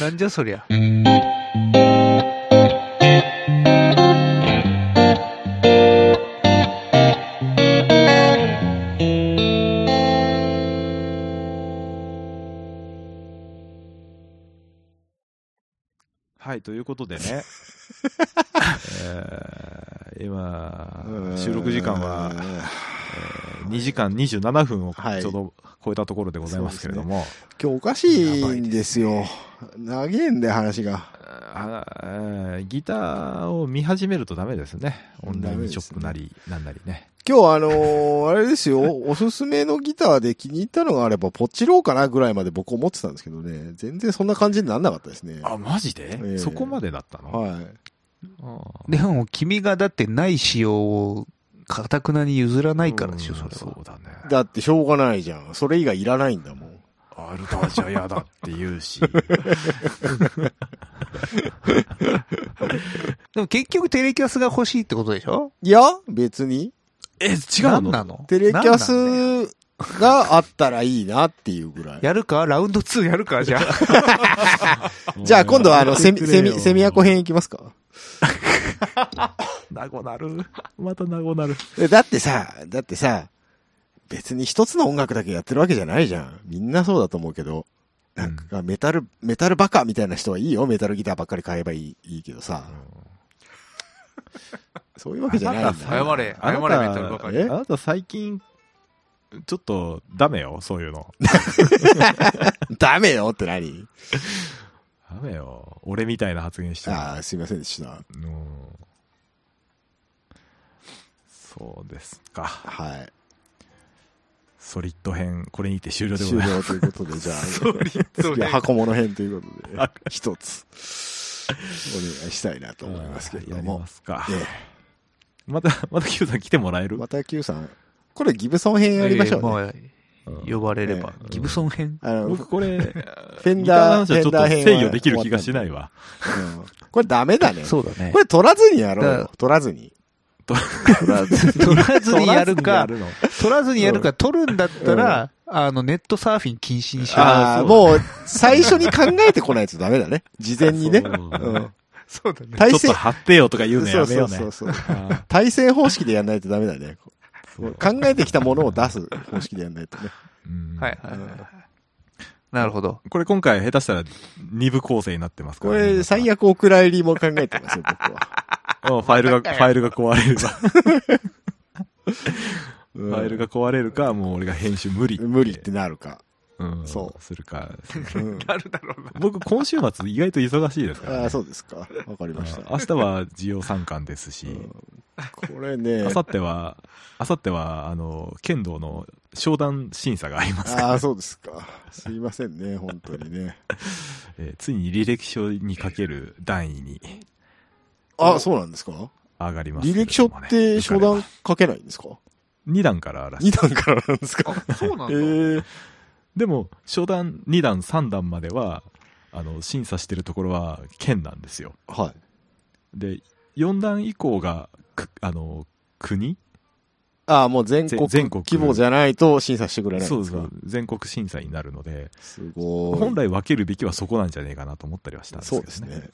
Speaker 2: なんじゃそりゃ。
Speaker 1: はい、ということで ね。えー今、収録時間は、えー2時間27分を
Speaker 3: はい
Speaker 1: ちょうど超えたところでございますけれども、
Speaker 3: 今日おかしいんですよ。長えんだよ、話が。
Speaker 1: あーえーギターを見始めるとダメですね。オンラインショップなり、なんなりね。
Speaker 3: 今日あのーあれですよ、おすすめのギターで気に入ったのがあれば、ポチろうかなぐらいまで僕思ってたんですけどね、全然そんな感じにならなかったですね。
Speaker 1: あ、マジで、
Speaker 3: ええ
Speaker 1: そこまでだったの、
Speaker 3: はい。
Speaker 1: あー
Speaker 2: でも、君がだってない仕様を、かたくなに譲らないからでしょ、それ
Speaker 1: うん
Speaker 2: は
Speaker 1: そ。うだね。
Speaker 3: だってしょうがないじゃん。それ以外いらないんだもん。
Speaker 1: アルタじゃ嫌だって言うし。
Speaker 2: でも結局テレキャスが欲しいってことでしょ
Speaker 3: いや、別に。
Speaker 1: え、違う
Speaker 2: 何
Speaker 1: の
Speaker 2: なの
Speaker 3: テレキャ
Speaker 2: 何なんだよ
Speaker 3: スがあったらいいなっていうぐらい。
Speaker 2: やるかラウンド2やるか じゃあ。
Speaker 3: じゃあ今度はあの、セミ、セミ、セミアコ編いきますか
Speaker 1: なごなる。またなごなる。
Speaker 3: えだってさ、だってさ、別に一つの音楽だけやってるわけじゃないじゃん。みんなそうだと思うけど。なんか、メタル、メタルバカみたいな人はいいよ。メタルギターばっかり買えばいいいいけどさ。そういうわけじゃないんだ。
Speaker 2: 謝れ、謝
Speaker 1: あ
Speaker 2: れ
Speaker 1: な
Speaker 2: メ
Speaker 1: た
Speaker 2: タルばかり。
Speaker 1: あなた最近、ちょっとダメよ、そういうの。
Speaker 3: ダメよって何
Speaker 1: ダメよ。俺みたいな発言してる
Speaker 3: ああ、すいませんでした。
Speaker 1: うんそうですか。
Speaker 3: はい。
Speaker 1: ソリッド編、これにて終了でござ
Speaker 3: 終
Speaker 1: います。
Speaker 3: 了ということで、じゃあ、
Speaker 2: そう
Speaker 3: 次は
Speaker 2: ね
Speaker 3: 箱物編ということで
Speaker 1: は、
Speaker 3: 一つ、お願いしたいなと思いますけれ
Speaker 1: や
Speaker 3: ど
Speaker 1: り
Speaker 3: も
Speaker 1: ま。すか。
Speaker 3: え
Speaker 1: また、また Q さん来てもらえ
Speaker 3: え
Speaker 1: る
Speaker 3: また Q さん、これギブソン編やりましょうね。
Speaker 1: うん
Speaker 2: ええ呼ばれれば
Speaker 1: え。え
Speaker 2: ギブソン編
Speaker 3: あの、
Speaker 1: 僕 これ、フ
Speaker 3: ェンダー
Speaker 1: ちょっ
Speaker 3: フェン
Speaker 1: と
Speaker 3: ダー編は
Speaker 1: 制御できる気がしないわ。
Speaker 3: うんこれダメだね。
Speaker 2: そうだね
Speaker 3: こ。れ取らずにやろう
Speaker 2: だ
Speaker 3: よ。取らずに。
Speaker 2: 取 らず取らずにやるか、
Speaker 1: 取らずにやる
Speaker 2: 取らずにやるか、取るんだったら、あの、ネットサーフィン禁止にしよう。
Speaker 3: ああー、
Speaker 1: そうだね
Speaker 3: もう、最初に考えてこないとダメだね。事前にね。
Speaker 1: そうだね
Speaker 3: うん。
Speaker 2: そうだね。
Speaker 1: の
Speaker 3: 対
Speaker 1: ちょっ
Speaker 3: 戦
Speaker 1: と、張ってよとか言うの
Speaker 3: そ
Speaker 1: や
Speaker 3: う
Speaker 1: め
Speaker 3: そ
Speaker 1: よ
Speaker 3: う
Speaker 1: うね
Speaker 3: そう。そう。
Speaker 1: あ
Speaker 3: 対戦方式でやんないとダメだね。
Speaker 1: ーそう
Speaker 3: 考えてきたものを出す方式でやんないとね。
Speaker 1: うん
Speaker 2: はいはいはいはい。なるほど。
Speaker 1: これ今回下手したら二部構成になってますか
Speaker 3: こ
Speaker 1: らね、
Speaker 3: れ、最悪お蔵入りも考えてますよ、僕は。
Speaker 1: うんファイル が、ファイルが壊れるか。
Speaker 3: フ
Speaker 1: ファイルが壊れるか、もう俺が編集無理。
Speaker 3: 無理ってなるか。
Speaker 1: うん。
Speaker 3: そう
Speaker 1: するか。
Speaker 3: うん、
Speaker 2: なるだろうな。
Speaker 1: 僕今週末意外と忙しいですから、
Speaker 3: あ
Speaker 1: ね
Speaker 3: あ、。そうですか。わかりました。
Speaker 1: 明日は授業参観ですし、
Speaker 3: これね
Speaker 1: 明。後日は、明後日は、あの、剣道の商談審査がありますから、
Speaker 3: ああ、 そうですか。すいませんね、本当にね。
Speaker 1: えーついに履歴書にかける段位に
Speaker 3: あそうなんですか
Speaker 1: 上がりますけ
Speaker 3: 履
Speaker 1: れ
Speaker 3: 歴
Speaker 1: ど
Speaker 3: 書
Speaker 1: も
Speaker 3: っ
Speaker 1: ね、
Speaker 3: て初
Speaker 1: 受かれ
Speaker 3: 段
Speaker 1: ば
Speaker 3: 書けないんですか
Speaker 1: 二段かららし
Speaker 3: 二
Speaker 1: い
Speaker 3: 段からなんです か
Speaker 2: あ、そうなん
Speaker 3: ええ
Speaker 2: だ。
Speaker 1: でも、初段、二段、三段までは、あの、審査してるところは県なんですよ。
Speaker 3: はい。
Speaker 1: で、四段以降が、くあの、国
Speaker 3: ああ、もう全国
Speaker 1: ぜ全国
Speaker 3: 規模じゃないと審査してくれないん
Speaker 1: そう
Speaker 3: で
Speaker 1: ですす
Speaker 3: か
Speaker 1: 全国審査になるので、
Speaker 3: すごい。
Speaker 1: 本来分けるべきはそこなんじゃねえかなと思ったりはしたんですけ
Speaker 3: そ
Speaker 1: ど
Speaker 3: う
Speaker 1: ね。
Speaker 3: ですね。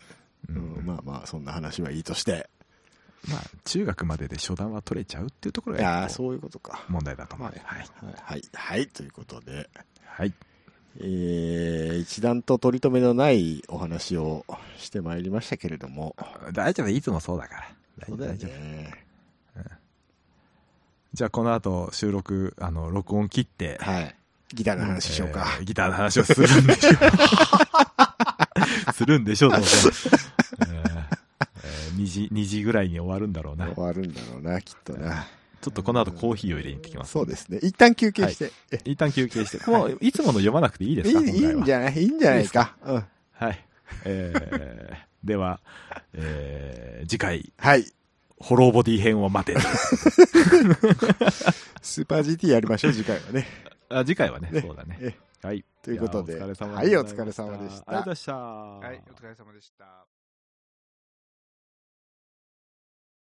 Speaker 1: う
Speaker 3: うんん、まあまあ、そんな話はいいとして。
Speaker 1: まあ、中学までで初段は取れちゃうっていうところ
Speaker 3: いやー
Speaker 1: が、
Speaker 3: そういうことか。
Speaker 1: 問題だと思う。
Speaker 3: はい
Speaker 1: はい。
Speaker 3: はい、はい、はい、ということで、
Speaker 1: はい。
Speaker 3: えー、一段と取り留めのないお話をしてまいりましたけれども。
Speaker 1: 大丈夫、いつもそうだから。
Speaker 3: そうだよね。
Speaker 1: じゃあ、この後、収録、あの、録音切って、
Speaker 3: はい。ギターの話しようか。
Speaker 1: えーギターの話をするんでしょう。するんでしょう、どうせ。えーえー2時、2時ぐらいに終わるんだろうな。ち
Speaker 3: 終
Speaker 1: ょ
Speaker 3: わるんだろうな、きっとな。
Speaker 1: っとこの後コーヒーを入れに行ってきます。
Speaker 3: そうですね。一旦休憩して。
Speaker 1: 一旦休憩して。もう、いつもの読まなくていいですか
Speaker 3: いいいいんじ
Speaker 1: ゃ
Speaker 3: ゃないいいんじゃないか。うん。
Speaker 1: はい。えーでは、えー次回、
Speaker 3: はい。
Speaker 1: ホローボディ編を待て。
Speaker 3: スーパー GT やりましょう、次回はね。
Speaker 1: あ次回はね
Speaker 3: ね
Speaker 1: そうだね。
Speaker 3: え
Speaker 1: はい。
Speaker 3: ということで、
Speaker 1: やお疲れ様
Speaker 3: はい、お疲れ様
Speaker 1: で
Speaker 3: で
Speaker 1: し
Speaker 3: した
Speaker 1: ありがとうございま
Speaker 3: た。
Speaker 1: した。
Speaker 5: はい、お疲れ様でした。